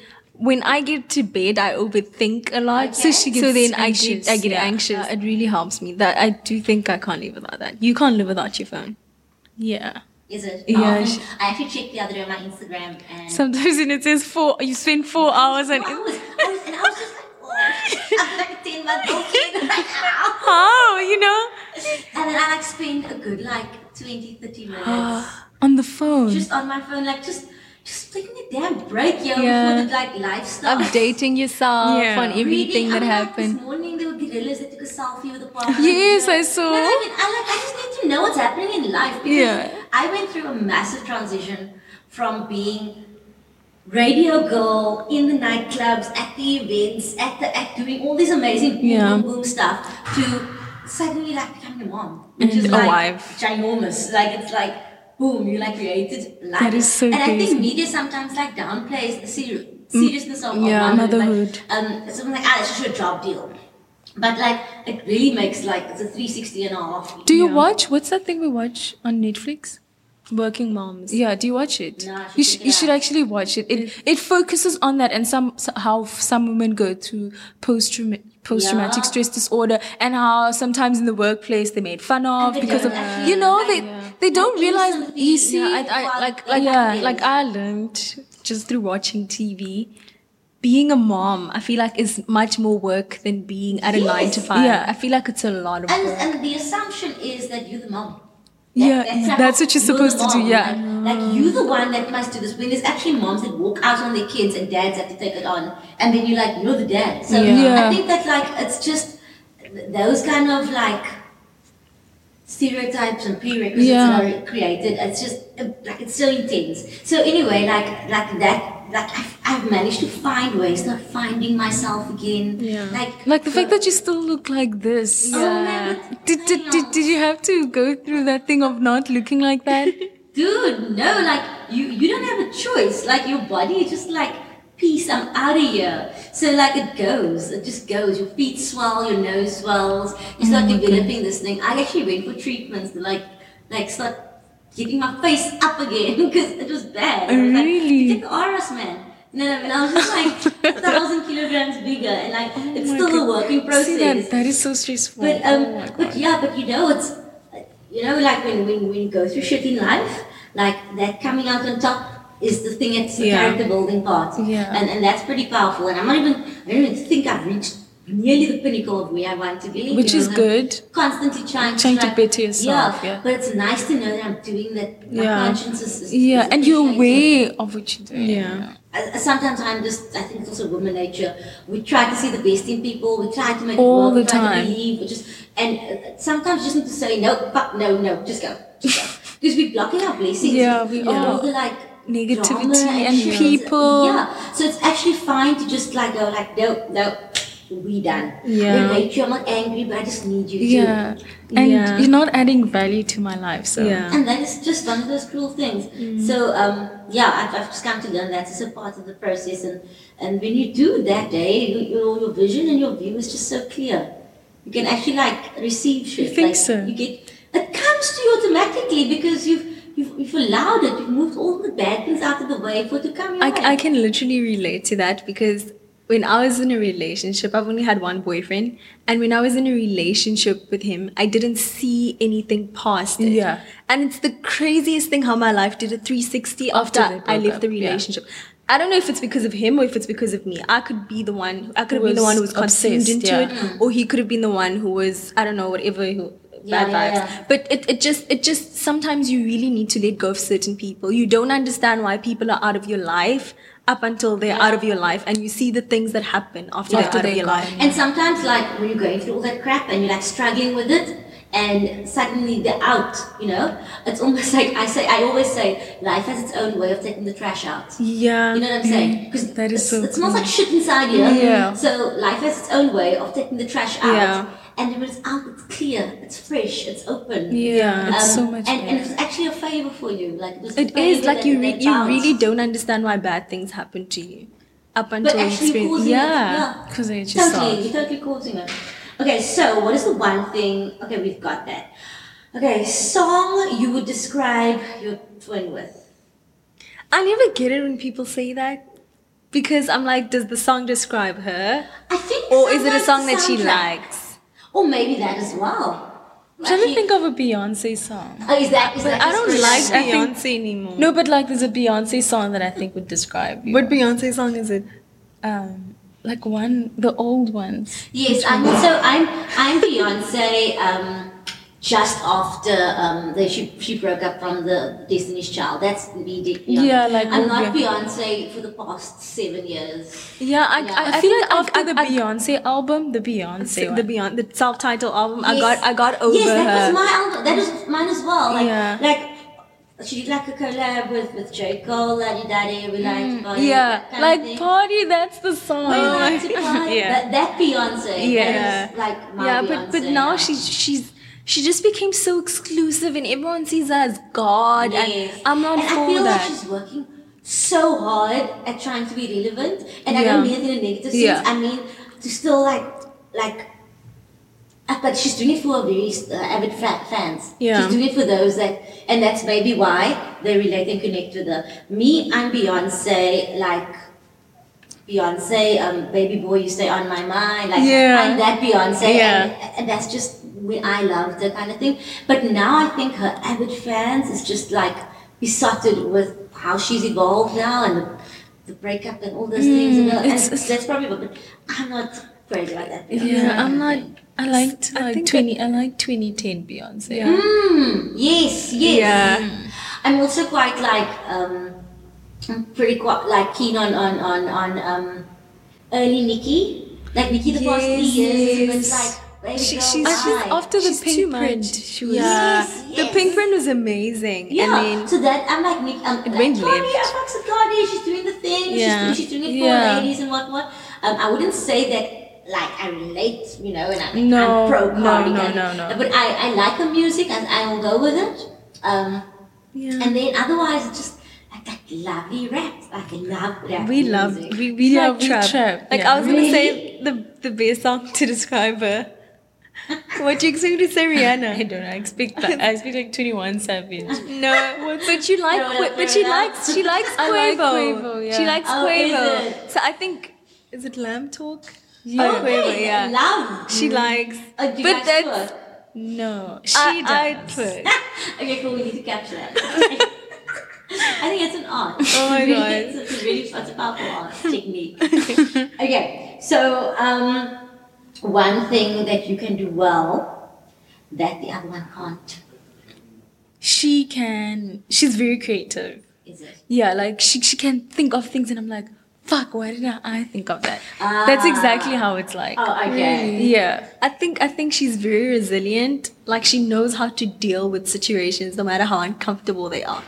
when I get to bed, I overthink a lot. So she so gets then anxious, I get I get yeah. anxious. Uh, it really helps me. That I do think I can't live without that. You can't live without your phone. Yeah. Is it? Yeah, Oh, she- I actually checked the other day on my Instagram and Sometimes when it says four, you spend four hours I and was, I was, and I was just like, oh, *laughs* I'm like a 10 month *laughs* old kid right now. how Oh, you know And then I like spend a good like 20, *gasps* 30 minutes Uh, on the phone. just on my phone, like just just taking a damn break here Yeah. before the like life starts. Updating yourself Yeah. on Really, everything Oh. I that mean, like, happened. This morning there were gorillas that took a selfie with a park. Yes, I saw. Like, I, mean, I, like, I just need to know what's happening in life because Yeah. I went through a massive transition from being radio girl in the nightclubs, at the events, at the at doing all these amazing boom Yeah. boom boom stuff to suddenly like becoming a mom, which And is a like wife. ginormous. Like it's like boom, you like created life. That is so And I crazy. Mm, think media sometimes like downplays the ser- seriousness of, of yeah, motherhood. Like, um, something like, ah, it's just a job deal. But like, it really makes like, it's a 360 and a half. Do you watch what's that thing we watch on Netflix? Working moms. Yeah, do you watch it? No, I should you, check it you should out. actually watch it. It it focuses on that and some so- how some women go through post post traumatic Yeah. stress disorder and how sometimes in the workplace they made fun of they because of don't actually you know like- they Yeah. they don't Like realize innocently, you see yeah, I, I like like Yeah. like I learned just through watching TV. Being a mom, I feel like is much more work than being at a Yes. nine to five. Yeah. I feel like it's a lot of And, work. and the assumption is that you're the mom. Yeah, that's what you're you're supposed the to do, mom. yeah. Like, like you're the one that must do this. When there's actually moms that walk out on their kids and dads have to take it on, and then you're like, you're the dad. So Yeah. Yeah. I think that like it's just th- those kind of like stereotypes and prerequisites Yeah. that are created. It's just uh, like it's so intense. So anyway, like like that. Like I've, I've managed to find ways of finding myself again. Yeah. Like like the fact that you still look like this. Oh, man, that's Did, did, wild. did, did you have to go through that thing of not looking like that? dude no like you you don't have a choice like your body is just like peace i'm out of here so like it goes it just goes your feet swell your nose swells you Oh start developing this thing i actually went for treatments to like like start getting my face up again *laughs* because it was bad I was like, Oh, Really? take the Aras man you know what I mean? I was just *laughs* like thousand kilograms bigger, and like *laughs* it's Oh my still a God. working process. See that? That is so stressful. But um, Oh my God. but yeah, but you know, it's you know, like when when when you go through shit in life, like that coming out on top is the thing that's the Yeah. character building part. Yeah. And and that's pretty powerful. And I'm not even I don't even think I've reached nearly the pinnacle of where I want to be. Which you is know, good. Constantly trying, Trying to like- better yourself, yeah. But it's nice to know that I'm doing that. My Yeah. conscience is, is yeah, is and you're appreciating aware of what you're doing. Yeah. I- I- Uh, sometimes I'm just, I think it's also woman nature. We try to see the best in people, we try to make All it work, the we try time. to believe, we just, and uh, sometimes just need to say, no, fuck, no, no, just go, just *laughs* go. Because we're blocking our blessings. Yeah, we with All are. the like, Negativity drama uh, and shit. people. Yeah, so it's actually fine to just like go like, no, no, we done. Yeah. We hate you. I'm not angry, but I just need you. to- Yeah. And Yeah. you're not adding value to my life. So Yeah. And that is just one of those cruel things. So um, yeah, I've, I've just come to learn that it's a part of the process, and and when you do that day, you, your your vision and your view is just so clear. You can actually like receive shit. think like, so? You get it comes to you automatically because you've. You've, you've allowed it, you've moved all the bad things out of the way for it to come your way. I, I can literally relate to that because when I was in a relationship, I've only had one boyfriend, and when I was in a relationship with him, I didn't see anything past it. Yeah. and it's the craziest thing how my life did a 360 after, After they I broke left up, the yeah. relationship. I don't know if it's because of him or if it's because of me. I could be the one. I could have been the was one who was consumed obsessed, into yeah. it, or he could have been the one who was I don't know whatever who, Yeah, bad yeah, vibes. yeah. But it, it just it just sometimes you really need to let go of certain people. You don't understand why people are out of your life up until they're out of your life, and you see the things that happen after, After they're out they're of your gone, life. And sometimes, like when you're going through all that crap and you're like struggling with it, and suddenly they're out, you know, it's almost *laughs* like I say, I always say, life has its own way of taking the trash out. Yeah, You know what I'm saying? Because That is so it smells like shit inside you. Yeah. So life has its own way of taking the trash out. Yeah. And when it's out, it's clear, it's fresh, it's open. Um, Yeah, it's so much And, and better. it was actually a favor for you. Like it, was a it is favor like that- you that re- you bounced. really don't understand why bad things happen to you up until But you actually experience. causing it. Yeah, Yeah. Because they just Totally, you're totally causing it. Okay, so what is the one thing? Okay, we've got that. Okay, song you would describe your twin with. I never get it when people say that because I'm like, does the song describe her, I think. or is it a sometimes song that she soundtrack. likes? Or maybe that as well. I'm trying to Actually- think of a Beyonce song. Oh, is that? Is that I don't like description? I think- Beyonce anymore. No, but like there's a Beyonce song that I think would describe you. What Beyonce song is it? um, like one, the old ones. Yes, I'm also I'm I'm Beyonce. Um, just after um, the, she she broke up from the Destiny's Child. That's me. De- Beyonce. Yeah, like, I'm not yeah. Beyonce for the past seven years. Yeah, I, Yeah. I, I, I feel think like after I, the I, Beyonce album, the Beyonce I, one. the Beyond the self-titled album, I Yes. got I got over Yes, that her. was my album. That was mine as well. Like, Yeah. like she did like a collab with with J Cole, Lady Daddy, Mm. we like to party, yeah, that kind of like thing. party. That's the song. We like to party. *laughs* Yeah. That, that Beyonce. Yeah. That is like my yeah, Beyonce. but but now she's she's she just became so exclusive, and everyone sees her as God, Yes. and I'm not and for I feel that. like she's working so hard at trying to be relevant, and I don't Yeah. mean it in a negative sense. Yeah. I mean to still like like. I- But she's doing it for her very uh, avid fa- fans. Yeah. She's doing it for those that, and that's maybe why they relate and connect with her. Me, I'm Beyonce, like Beyonce, um, baby boy, you stay on my mind. Like Yeah. I'm that Beyonce, Yeah. and, and that's just when I loved her kind of thing. But now I think her avid fans is just like besotted with how she's evolved now and the, the breakup and all those things. Hmm, And, and it's- it's- that's probably, but I'm not crazy about that. Beyonce. yeah, I'm not. I liked I like think twenty. I, like 2010 Beyonce. Mm, yes, yes. Yeah. Mm. I'm also quite like um, I'm pretty quite like keen on on on on um, early Nikki, like Nikki the past three years, but Mm, Yes. like baby She- girl vibe. she's- I She's after the She's too pink much. print. She was. yeah, Yes, uh, the yes. pink print was amazing, yeah, and then so that I'm like Nikki. I'm It like, went Cardi, left. I fucks with Cardi. She's doing the thing. Yeah. She's, doing, she's doing it for Yeah. ladies and what what. Um, I wouldn't say that like I relate, you know, and I'm, No, I'm pro no, Cardi. no, and- no, no. But I I like her music and I will go with it. Um, yeah. And then otherwise, it's just like, like lovely rap. Like I love rap. we love music. we we Yeah, love we trap. trap, Like yeah. I was gonna say the the best song to describe *laughs* her. what do you expect me to say, Rihanna? I don't know. I expect that. I expect like 21 Savage. No, but you like, No, Qua- no, no, but she no. likes, she likes I like Quavo. Quavo, yeah. She likes Oh, is Quavo. it? So I think, is it Lamb Talk? Yeah. Oh, Quavo, Okay, yeah. Love. She likes. Oh, do you but guys that's twerk? No, she I, I does. twerk. *laughs* okay, cool. We need to capture *laughs* that. I think it's an art. Oh my really, God. It's a it's a really it's a powerful *laughs* art technique. okay, so um, one thing that you can do well that the other one can't She can. She's very creative. is it? Yeah, like she she can think of things, and I'm like, fuck, why didn't I think of that? Ah. That's exactly how it's like. Oh, okay. Yeah. I think I think she's very resilient. Like she knows how to deal with situations, no matter how uncomfortable they are.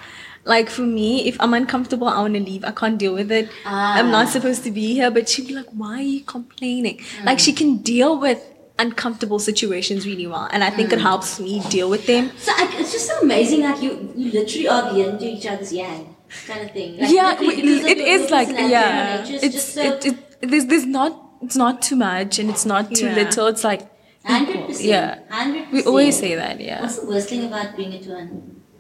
Like for me, if I'm uncomfortable, I want to leave. I can't deal with it. I'm not supposed to be here. But she'd be like, "Why are you complaining?" Like she can deal with uncomfortable situations really well, and I think it helps me deal with them. So I, it's just so amazing, like you, you literally are the yin to each other's yang kind of thing. Like, yeah, literally, we- because of it your- is your like personality, yeah. your nature, It's just so it, it there's there's not it's not too much and it's not too Yeah. little. It's like hundred equal. percent. Yeah, hundred. we always say that. Yeah, What's the worst thing about being a twin?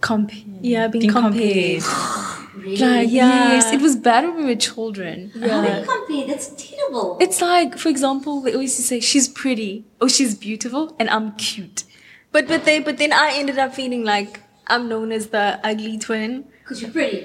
compared. Yeah, being, Being compared. compared. Really? Like Yeah. yes, it was bad when we were children. How do you compare? That's terrible. It's like, for example, they always say she's pretty or she's beautiful and I'm cute. But but they but then I ended up feeling like I'm known as the ugly twin. Because you're pretty.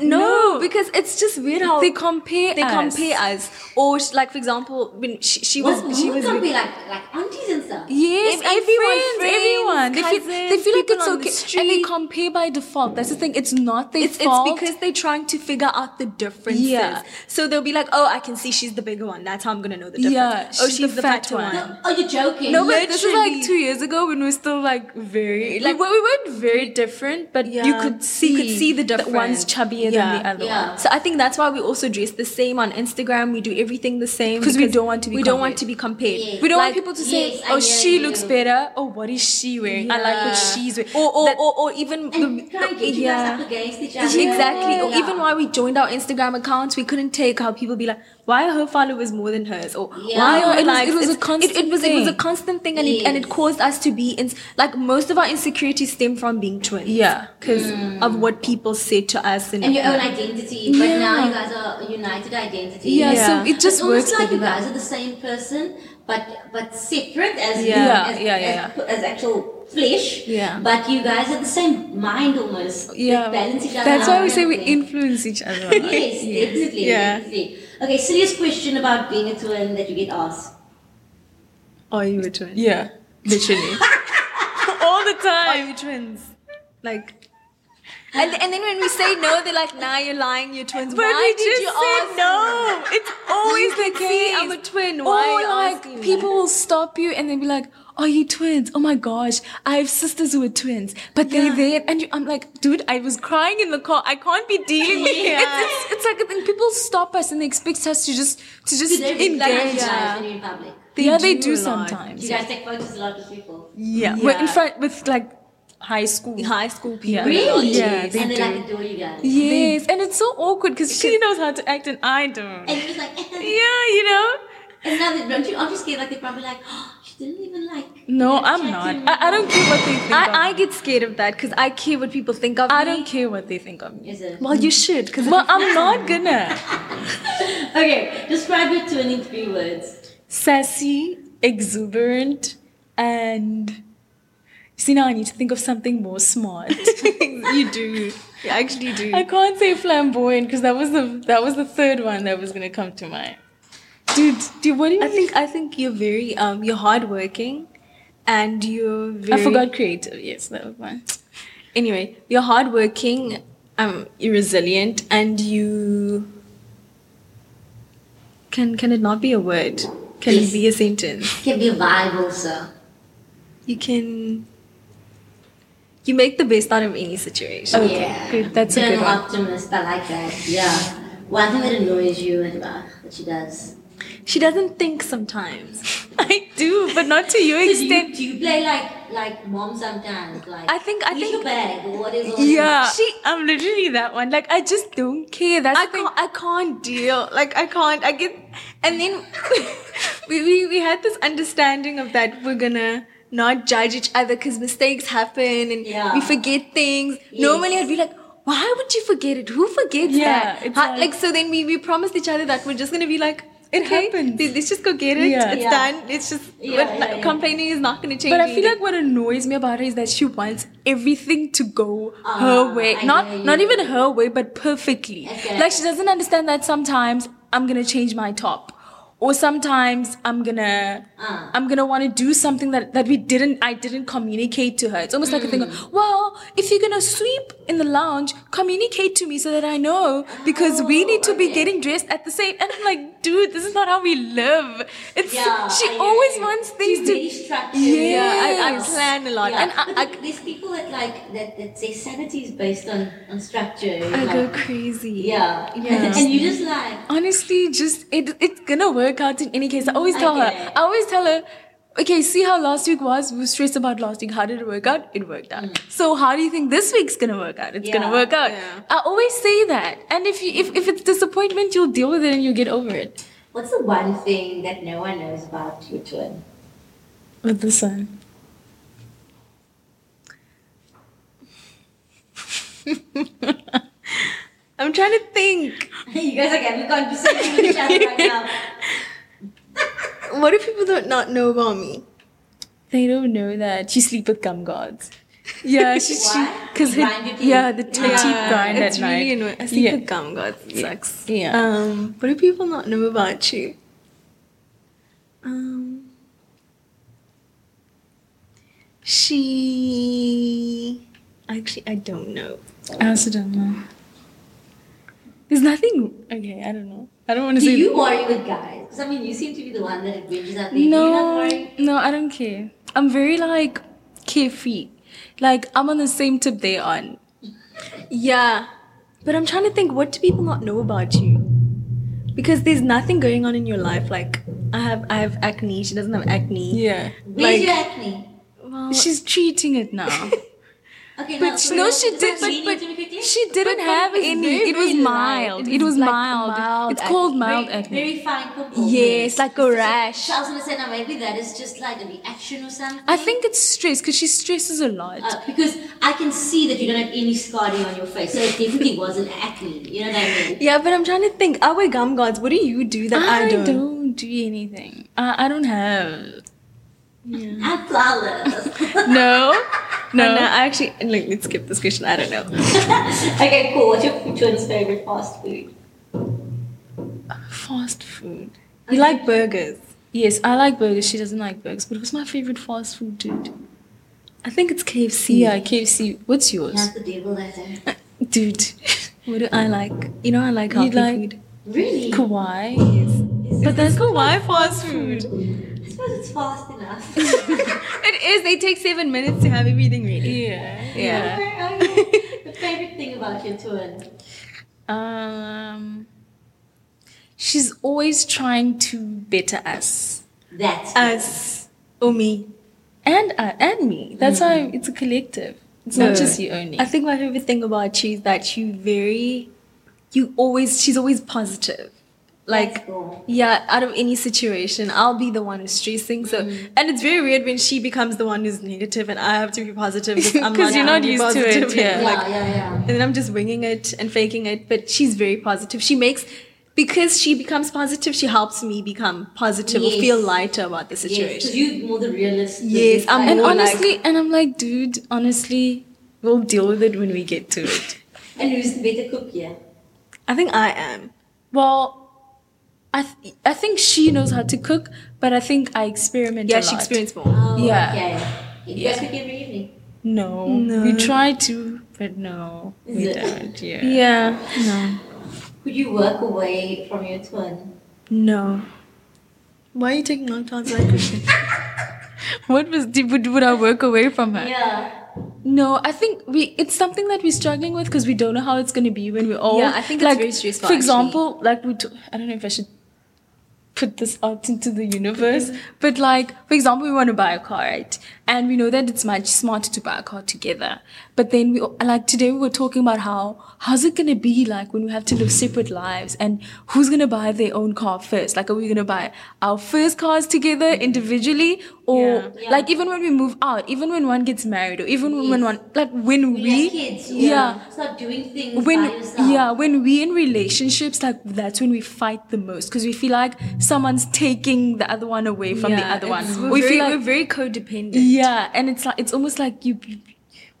No, because it's just weird how They compare. they us. compare us. Or sh- like for example, when she, she was What, she who was compare? Like, like aunties and stuff. Yes, Ev- and everyone, friends, friends, everyone. They feel, they cousins, feel like people it's on okay, the and they street. compare by default. That's the thing. It's not their it's, it's fault. because they're trying to figure out the differences. Yeah. So they'll be like, oh, I can see she's the bigger one. That's how I'm gonna know the difference. Yeah, oh, she's she's, the the fat fatter one. one. No, oh, you're joking. no, but this is literally- like two years ago when we were still like very like Like- we, we weren't very different, but you Yeah. could see You could see the that difference. one's chubbier Yeah. than the other Yeah. one. So I think that's why we also dress the same on Instagram. We do everything the same 'Cause we don't want to be we don't want compared. to be compared. Yeah. We don't Like- want people to say, yes, I "Oh, hear she you. looks better." Oh, what is she wearing? I like what Yeah. she's wearing. or or, That- or, or even And the- try and get you guys up against each other. Exactly. Or Yeah. even why we joined our Instagram accounts, we couldn't take how people be like, "Why are her followers more than hers?" Or Yeah. "Why Yeah, are it was- likes- it was a it's- constant It, it was it was a thing. constant thing, and it and it Yes. caused us to be in like most of our insecurities stem from being twins. Yeah. Mm. because of what people said to us and, And your own identity, but now Yeah. you guys are a united identity. yeah, Yeah. so it just it's almost like works you together. guys are the same person, but but separate as Yeah. Yeah, as, yeah, yeah, as, as actual flesh. Yeah. But you guys are the same mind almost. They yeah, balance each other. that's out why we and say we everything. influence each other. *laughs* Yes, definitely. Yeah. definitely. Okay, serious question about being a twin that you get asked. Are you a twin? Yeah, *laughs* literally. All the Are time. you twins? Like. And, and then when we say no, they're like, nah, you're lying, you're twins. But Why we did just you said ask no. It's always You the can see case. I'm a twin. Why or are you like asking me? people will stop you and they'll be like, "Are you twins? Oh my gosh, I have sisters who are twins, but they're there." And you, I'm like, "Dude, I was crying in the car. I can't be dealing with it." It's, it's, it's like a thing. people stop us and they expect us to just to just Do they engage. recognize you yeah. guys when you're in public? yeah, they do a lot. do Do you sometimes. guys take photos a lot with people? Yeah, We're in Yeah. front with like high school. *laughs* High school people. Yeah. Really? Yeah, they and they do. like adore you guys. Yes, and it's so awkward because she Because- knows how to act and I don't. And you're just like, *laughs* Yeah, you know. and now they don't you aren't you scared? Like they're probably like, *gasps* oh, she didn't even like. No, like I'm chat to not. me." I, I don't care what they think. of I, I me. get scared of that because I care what people think of I me. don't care what they think of me. Is it? Well, you should because Well, I'm not gonna. Okay, describe your twin in three words. Sassy, exuberant, and you see now I need to think of something *laughs* more smart. you do. You actually do. I can't say flamboyant because that was the that was the third one that was gonna come to mind. Dude, do what do you I think I think you're very um you're hardworking, and you're very. I forgot creative. Yes, that was mine. Anyway, you're hardworking. Um, you're resilient, and you. Can can it not be a word? Can Yes. it be a sentence? Can be a vibe also. You can. You make the best out of any situation. Okay, Oh, yeah. good. That's a Eternal good one. optimist. I like that. Yeah. One thing that annoys you and uh, that she does. She doesn't think sometimes. *laughs* I do, but not to *laughs* your So do you, extent. do you play like like mom sometimes? Like I think- I "Leave think- your bag or what is all this?" Yeah, she. I'm literally that one. Like I just don't care. That's I the thing. can't, I can't deal. Like I can't. I get, and then *laughs* we, we we had this understanding of that we're gonna not judge each other because mistakes happen and Yeah. we forget things. Normally I'd be like, why would you forget it? Who forgets Yeah, that? it's How- like- like, so then we we promised each other that we're just gonna be like. It okay, happens. let- Let's just go get it. Yeah. It's Yeah. done. It's just Yeah, but yeah, like, yeah. complaining is not going to change. But I feel anything. like what annoys me about her is that she wants everything to go Ah, her way. I Not hear you. not even her way, but perfectly. Okay. Like she doesn't understand that sometimes I'm gonna change my top. Or sometimes I'm gonna Ah. I'm gonna wanna do something that, that we didn't I didn't communicate to her. It's almost like a thing Hmm. of, well, if you're gonna sweep in the lounge, communicate to me so that I know because Oh, we need to be getting dressed at the same and I'm like, dude, this is not how we live. It's Yeah, she I hear always you. wants She's things to very structured. Yeah, Yeah, I, I plan a lot. Yeah. And I, but I, there's people that like that, that say sanity is based on, on structure. I like, go crazy. Yeah. Yeah. and you just like honestly just it it's gonna work out in any case i always tell Okay. her i always tell her okay see how last week was we were stressed about last week how did it work out it worked out so how do you think this week's gonna work out it's gonna Yeah. work out Yeah. i always say that and if you if, if it's disappointment you'll deal with it and you get over it what's the one thing that no one knows about your twin? *laughs* with this one I'm trying to think. you guys are having a conversation with each other right *laughs* now. What if people don't not know about me? they don't know that she sleep with gum guards yeah she she Why? because You grind your teeth. yeah the t- Yeah, teeth grind it's at really night annoying. I think Yeah. the gum god sucks. Yeah. Um, what do people not know about you? Um, she actually I don't know. i also don't know there's nothing okay i don't know i don't want to Do say you worry with guys? Because I mean, you seem to be the one that adventures out there. Do you not No, worry? no, I don't care. I'm very like carefree. Like I'm on the same tip they're on. Yeah, but I'm trying to think what do people not know about you? Because there's nothing going on in your life. Like I have I have acne. She doesn't have acne. Yeah, Where's Like- your acne? Well, she's treating it *laughs* now. Okay, but she, no, she just did. lean into But, me quickly. but she didn't But- but have it was any. very, it was very mild. light. It was Like mild. mild It's called acne. mild very, acne. very fine pimple. yes, like a rash. So I was gonna say now maybe that is just like a reaction or something. I think it's stress because she stresses a lot. Uh, because I can see that you don't have any scarring on your face, so it definitely wasn't acne. You know what I mean? Yeah, but I'm trying to think. I wear gum guards. What do you do that I, I don't? don't do anything. I, I don't have. Mm. I'm flawless. *laughs* No, No, no, no. *laughs* I actually like. Let's skip this question. I don't know. okay, cool. What's your twin's favorite fast food? Fast food. You like burgers? Yes, I like burgers. She doesn't like burgers. But what's my favorite fast food, dude? I think it's KFC. Yeah, KFC. What's yours? Not the devil letter. Dude. *laughs* What do I like? You know, I like You healthy like- *laughs* food. Really? Kauai. Is But it- that's Kauai fast food. I suppose it's fast enough. It is. They take seven minutes to have everything ready. *laughs* Yeah. Yeah. *laughs* Okay. The favorite thing about your twin? Um She's always trying to better us. That's Um, Us or me. And uh, and me. That's why it's a collective. It's not Mm-hmm. No. just you only. I think my favorite thing about you is that you very, you always. She's always positive. Like That's cool. Yeah, out of any situation, I'll be the one who's stressing. So, and it's very weird when she becomes the one who's negative and I have to be positive because I'm 'Cause you're not gonna be used to it, positive. yeah. yeah, Like, yeah, yeah. and then I'm just winging it and faking it. But she's very positive. She makes because she becomes positive. She helps me become positive or Yes. feel lighter about the Yes, because situation. you're more the realist. Yes, I'm Like- and more like- honestly, and I'm like, dude, honestly, we'll deal with it when we get to it. And who's the better cook here? I think I am. Well, I th- I think she knows how to cook, but I think I experiment. Yeah, a she lot. experienced more. Oh, Yeah. Okay. You guys cook every evening. No, we try to, but no, we Yeah. don't. Yeah. Yeah. Could you work away from your twin? No. Why are you taking long to answer that question? What was did, would would I work away from her? Yeah. No, I think we it's something that we're struggling with because we don't know how it's going to be when we're old. Yeah, I think it's like, very stressful, For actually. example, like we, t- I don't know if I should put this out into the universe, but like for example, we want to buy a car, right? And we know that it's much smarter to buy a car together. But then we like today we were talking about how how's it going to be like when we have to live separate lives and who's going to buy their own car first? Like, are we going to buy our first cars together individually or Yeah. Yeah. like even when we move out, even when one gets married, or even when one like When when we, you have kids. yeah, Start doing things when by yourself. yeah when we in relationships like that's when we fight the most because we feel like someone's taking the other one away from the Yeah, other one. it's- Or We're, we very, feel like we're very codependent. yeah, and it's like it's almost like you. you-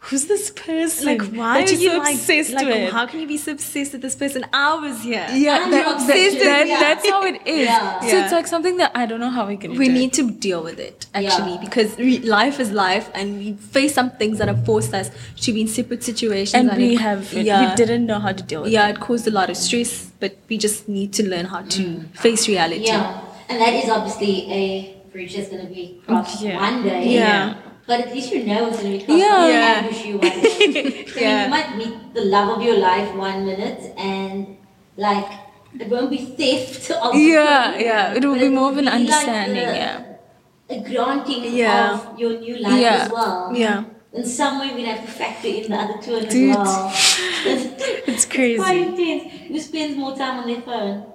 Who's this person? Like, why that are you so like- obsessed like, with? How can you be so obsessed with this person? I was here. yeah, I'm that, your that- obsession, that- yeah. that's how it is. Yeah. So it's Yeah. like something that I don't know how we can. We do. need to deal with it actually Yeah. because re- life is life, and we face some things that have forced us to be in separate situations. and and we it- have yeah, we didn't know how to deal with. yeah, it caused a lot of stress, but we just need to learn how to face reality. Yeah. And that is obviously a bridge that's going to be crossed Yeah. one day. Yeah. But at least you know it's going to be Yeah. Yeah. ambush you *laughs* one day. So Yeah. You might meet the love of your life one minute and like it won't be theft. Of Yeah, yeah. It will but be more of an be like understanding, the- yeah. A granting Yeah. of your new life Yeah. as well. Yeah. In some way, we'd have to factor in the other two as Dude. well. It's crazy. Quite intense. Who spends more time on their phone?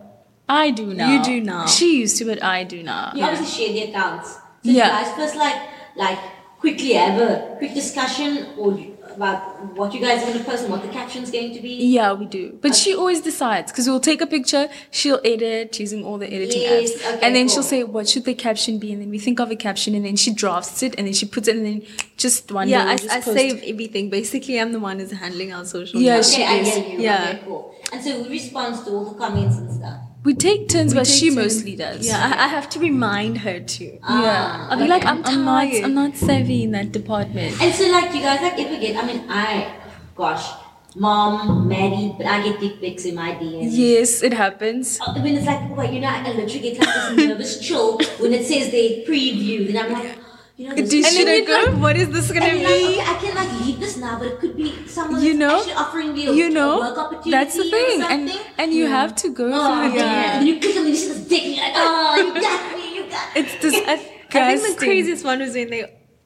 I do now. You do now. She used to, but I do now. You obviously share the accounts. So Yeah. you guys first like like quickly have a quick discussion or about what you guys are gonna post and what the caption's going to be. Yeah, we do. But she always decides because we'll take a picture, she'll edit using all the editing Yes, apps. okay, and then cool. she'll say, What should the caption be? And then we think of a caption and then she drafts it and then she puts it and then just one Yeah, day we'll I, just I post. save everything. Basically, I'm the one who's handling our social. Yeah, media. she Okay, I is. hear you. Yeah. Okay, cool. And so who responds to all the comments and stuff? We take turns, but take she turns. mostly does. Yeah, I, I have to remind her Ah, to. Yeah. I'll be okay. like, I'm, I'm not tired." I'm not savvy in that department. And so like you guys like ever get I mean I gosh, mom, married, but I get dick pics in my DMs. Yes, it happens. Uh, When it's like, wait, you know, I literally get like this *laughs* nervous chill when it says they preview, then I'm like, you know, this Do- is- should I you'd go? what is this gonna And you're like, be? okay, I can like leave this now, but it could be someone You that's know, actually offering me a, You a work know, opportunity. that's the thing, or and something. and you have to go oh, through the yeah. yeah. And you click on this dick, and you're like, oh, *laughs* you got me, you got me. It's just *laughs* I think disgusting. the craziest one was when they,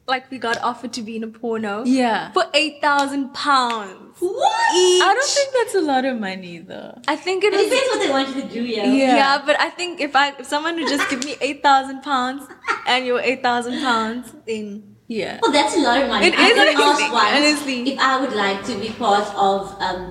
like, we got offered to be in a porno. Yeah. For eight thousand pounds. what? I don't think that's a lot of money though. I think it It was. depends what they want you to do, yeah. Yeah. Yeah. but I think if I if someone would just give me eight thousand pounds and you're eight thousand pounds, then Yeah. Well, that's a lot of money. It I is did amazing, ask once honestly. if I would like to be part of um,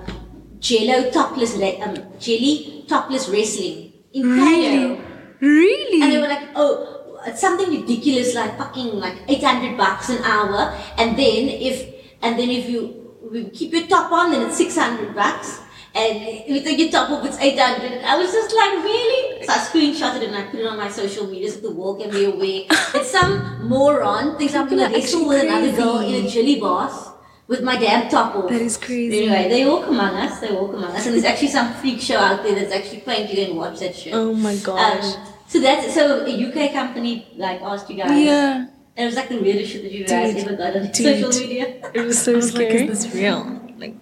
Jello topless, le- um, Jelly topless wrestling in Cairo. Really? And they were like, oh, it's something ridiculous, like fucking like 800 bucks an hour. And then if, and then if you we keep your top on, then it's 600 bucks. And if you take your top off, it's 800. And I was just like, really? So I screenshotted it and I put it on my social media so the world can be aware. It's some moron thinks I'm People going are to wrestle actually with another girl crazy. in a jelly boss with my damn top off. That is crazy. Anyway, they walk among us. They walk among us. And there's actually some freak show out there that's actually playing to go and watch that shit. oh my gosh. Um, so that's so a UK company like asked you guys. yeah. And it was like the weirdest shit that you guys Dude. ever got on Dude. social media. *laughs* It was so I was like, scary. is this real? Like,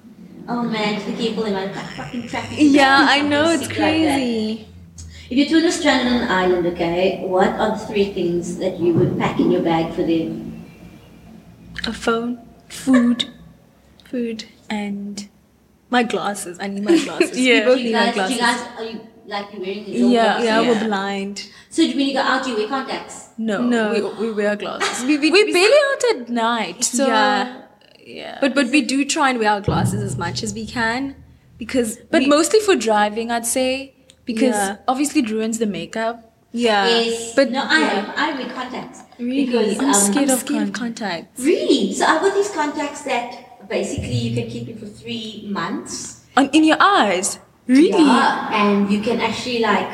Oh man, the people in my fucking traffic. *laughs* yeah, I know it's Something like that. crazy. if you two were stranded on an island, okay, what are the three things that you would pack in your bag for them? A phone, Food food, and my glasses. I need my glasses. *laughs* Yeah. we both Do you need our guys, do glasses. you guys are you like you wearing little Yeah, yeah, boxes? we're blind. So when you go out, do you wear contacts? no. No. We, we wear glasses. We- we- We're we- barely out at night. So Yeah. yeah. But But but we do try and wear our glasses as much as we can because but we- mostly for driving I'd say. Because Yeah. obviously it ruins the makeup. yeah yes. but- no, I yeah. am. I wear contacts Uh, really because I'm um, scared, I'm of, scared of contacts. Really? So I've got these contacts that basically you can keep it for three months. On Um, in your eyes. Really? Yeah, and you can actually like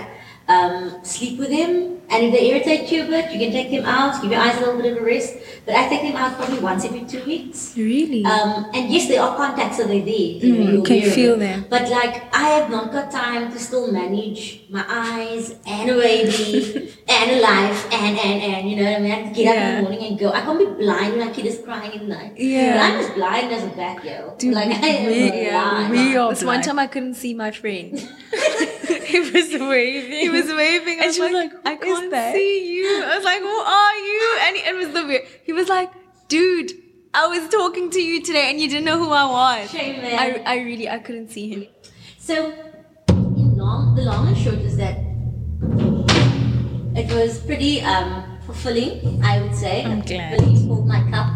um, sleep with them. And if they irritate you a bit, you can take them out, give your eyes a little bit of a rest. But I take them out probably once every two weeks. Really? *laughs* Um, and yes, they are contacts, so they're there. You know, Mm, you're can aware of feel it. them. But like, I have not got time to still manage my eyes and a *laughs* baby and a life and and and you know what I mean. I have to get up in the Yeah. morning and go. I can't be blind when my kid is crying at night. Yeah. but I'm as blind as a bat, yo. Dude, like *laughs* I am we, blind. yeah, we are this one blind. time I couldn't see my friend. it was waving. He was waving. I And was she was like, like, I "Who is can't that?" see you. I was like, who are you? And he, it was the weird. He was like, dude, I was talking to you today and you didn't know who I was. Shame, man. I, I really, I couldn't see him. So, in long, the long and short is that it was pretty um, fulfilling, I would say. I'm glad. Really filled my cup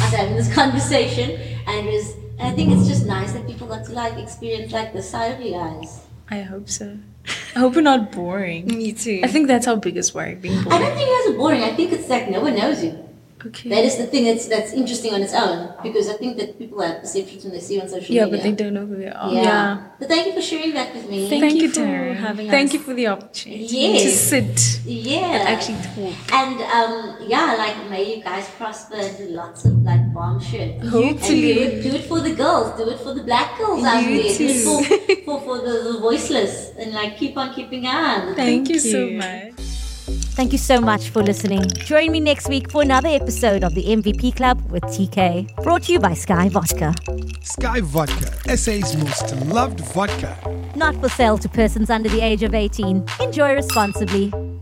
after having this *laughs* conversation, and it was. I think it's just nice that people got to like experience like the side of you guys. I *laughs* hope so. I hope we're not boring. Me too. I think that's our biggest worry, being I boring. don't think you guys are boring. I think it's like no one knows you. Okay. That is the thing that's that's interesting on its own because I think that people have perceptions when they see you on social Yeah, but they media. don't know who they are. yeah. Yeah. But thank you for sharing that with me. Thank, you, for Taryn. having Thank us. you for the opportunity Yes. to sit yeah. and actually talk. And um, yeah, like may you guys prosper and do lots of like bomb *laughs* shit. And do Hopefully. it, do it for the girls, do it for the black girls out You there, do too. it for, for, for the, the voiceless, and like keep on keeping on. Thank you so you. much. Thank you so much for listening. Join me next week for another episode of the MVP Club with TK, brought to you by Sky Vodka. Sky Vodka, SA's most loved vodka. Not for sale to persons under the age of 18. Enjoy responsibly.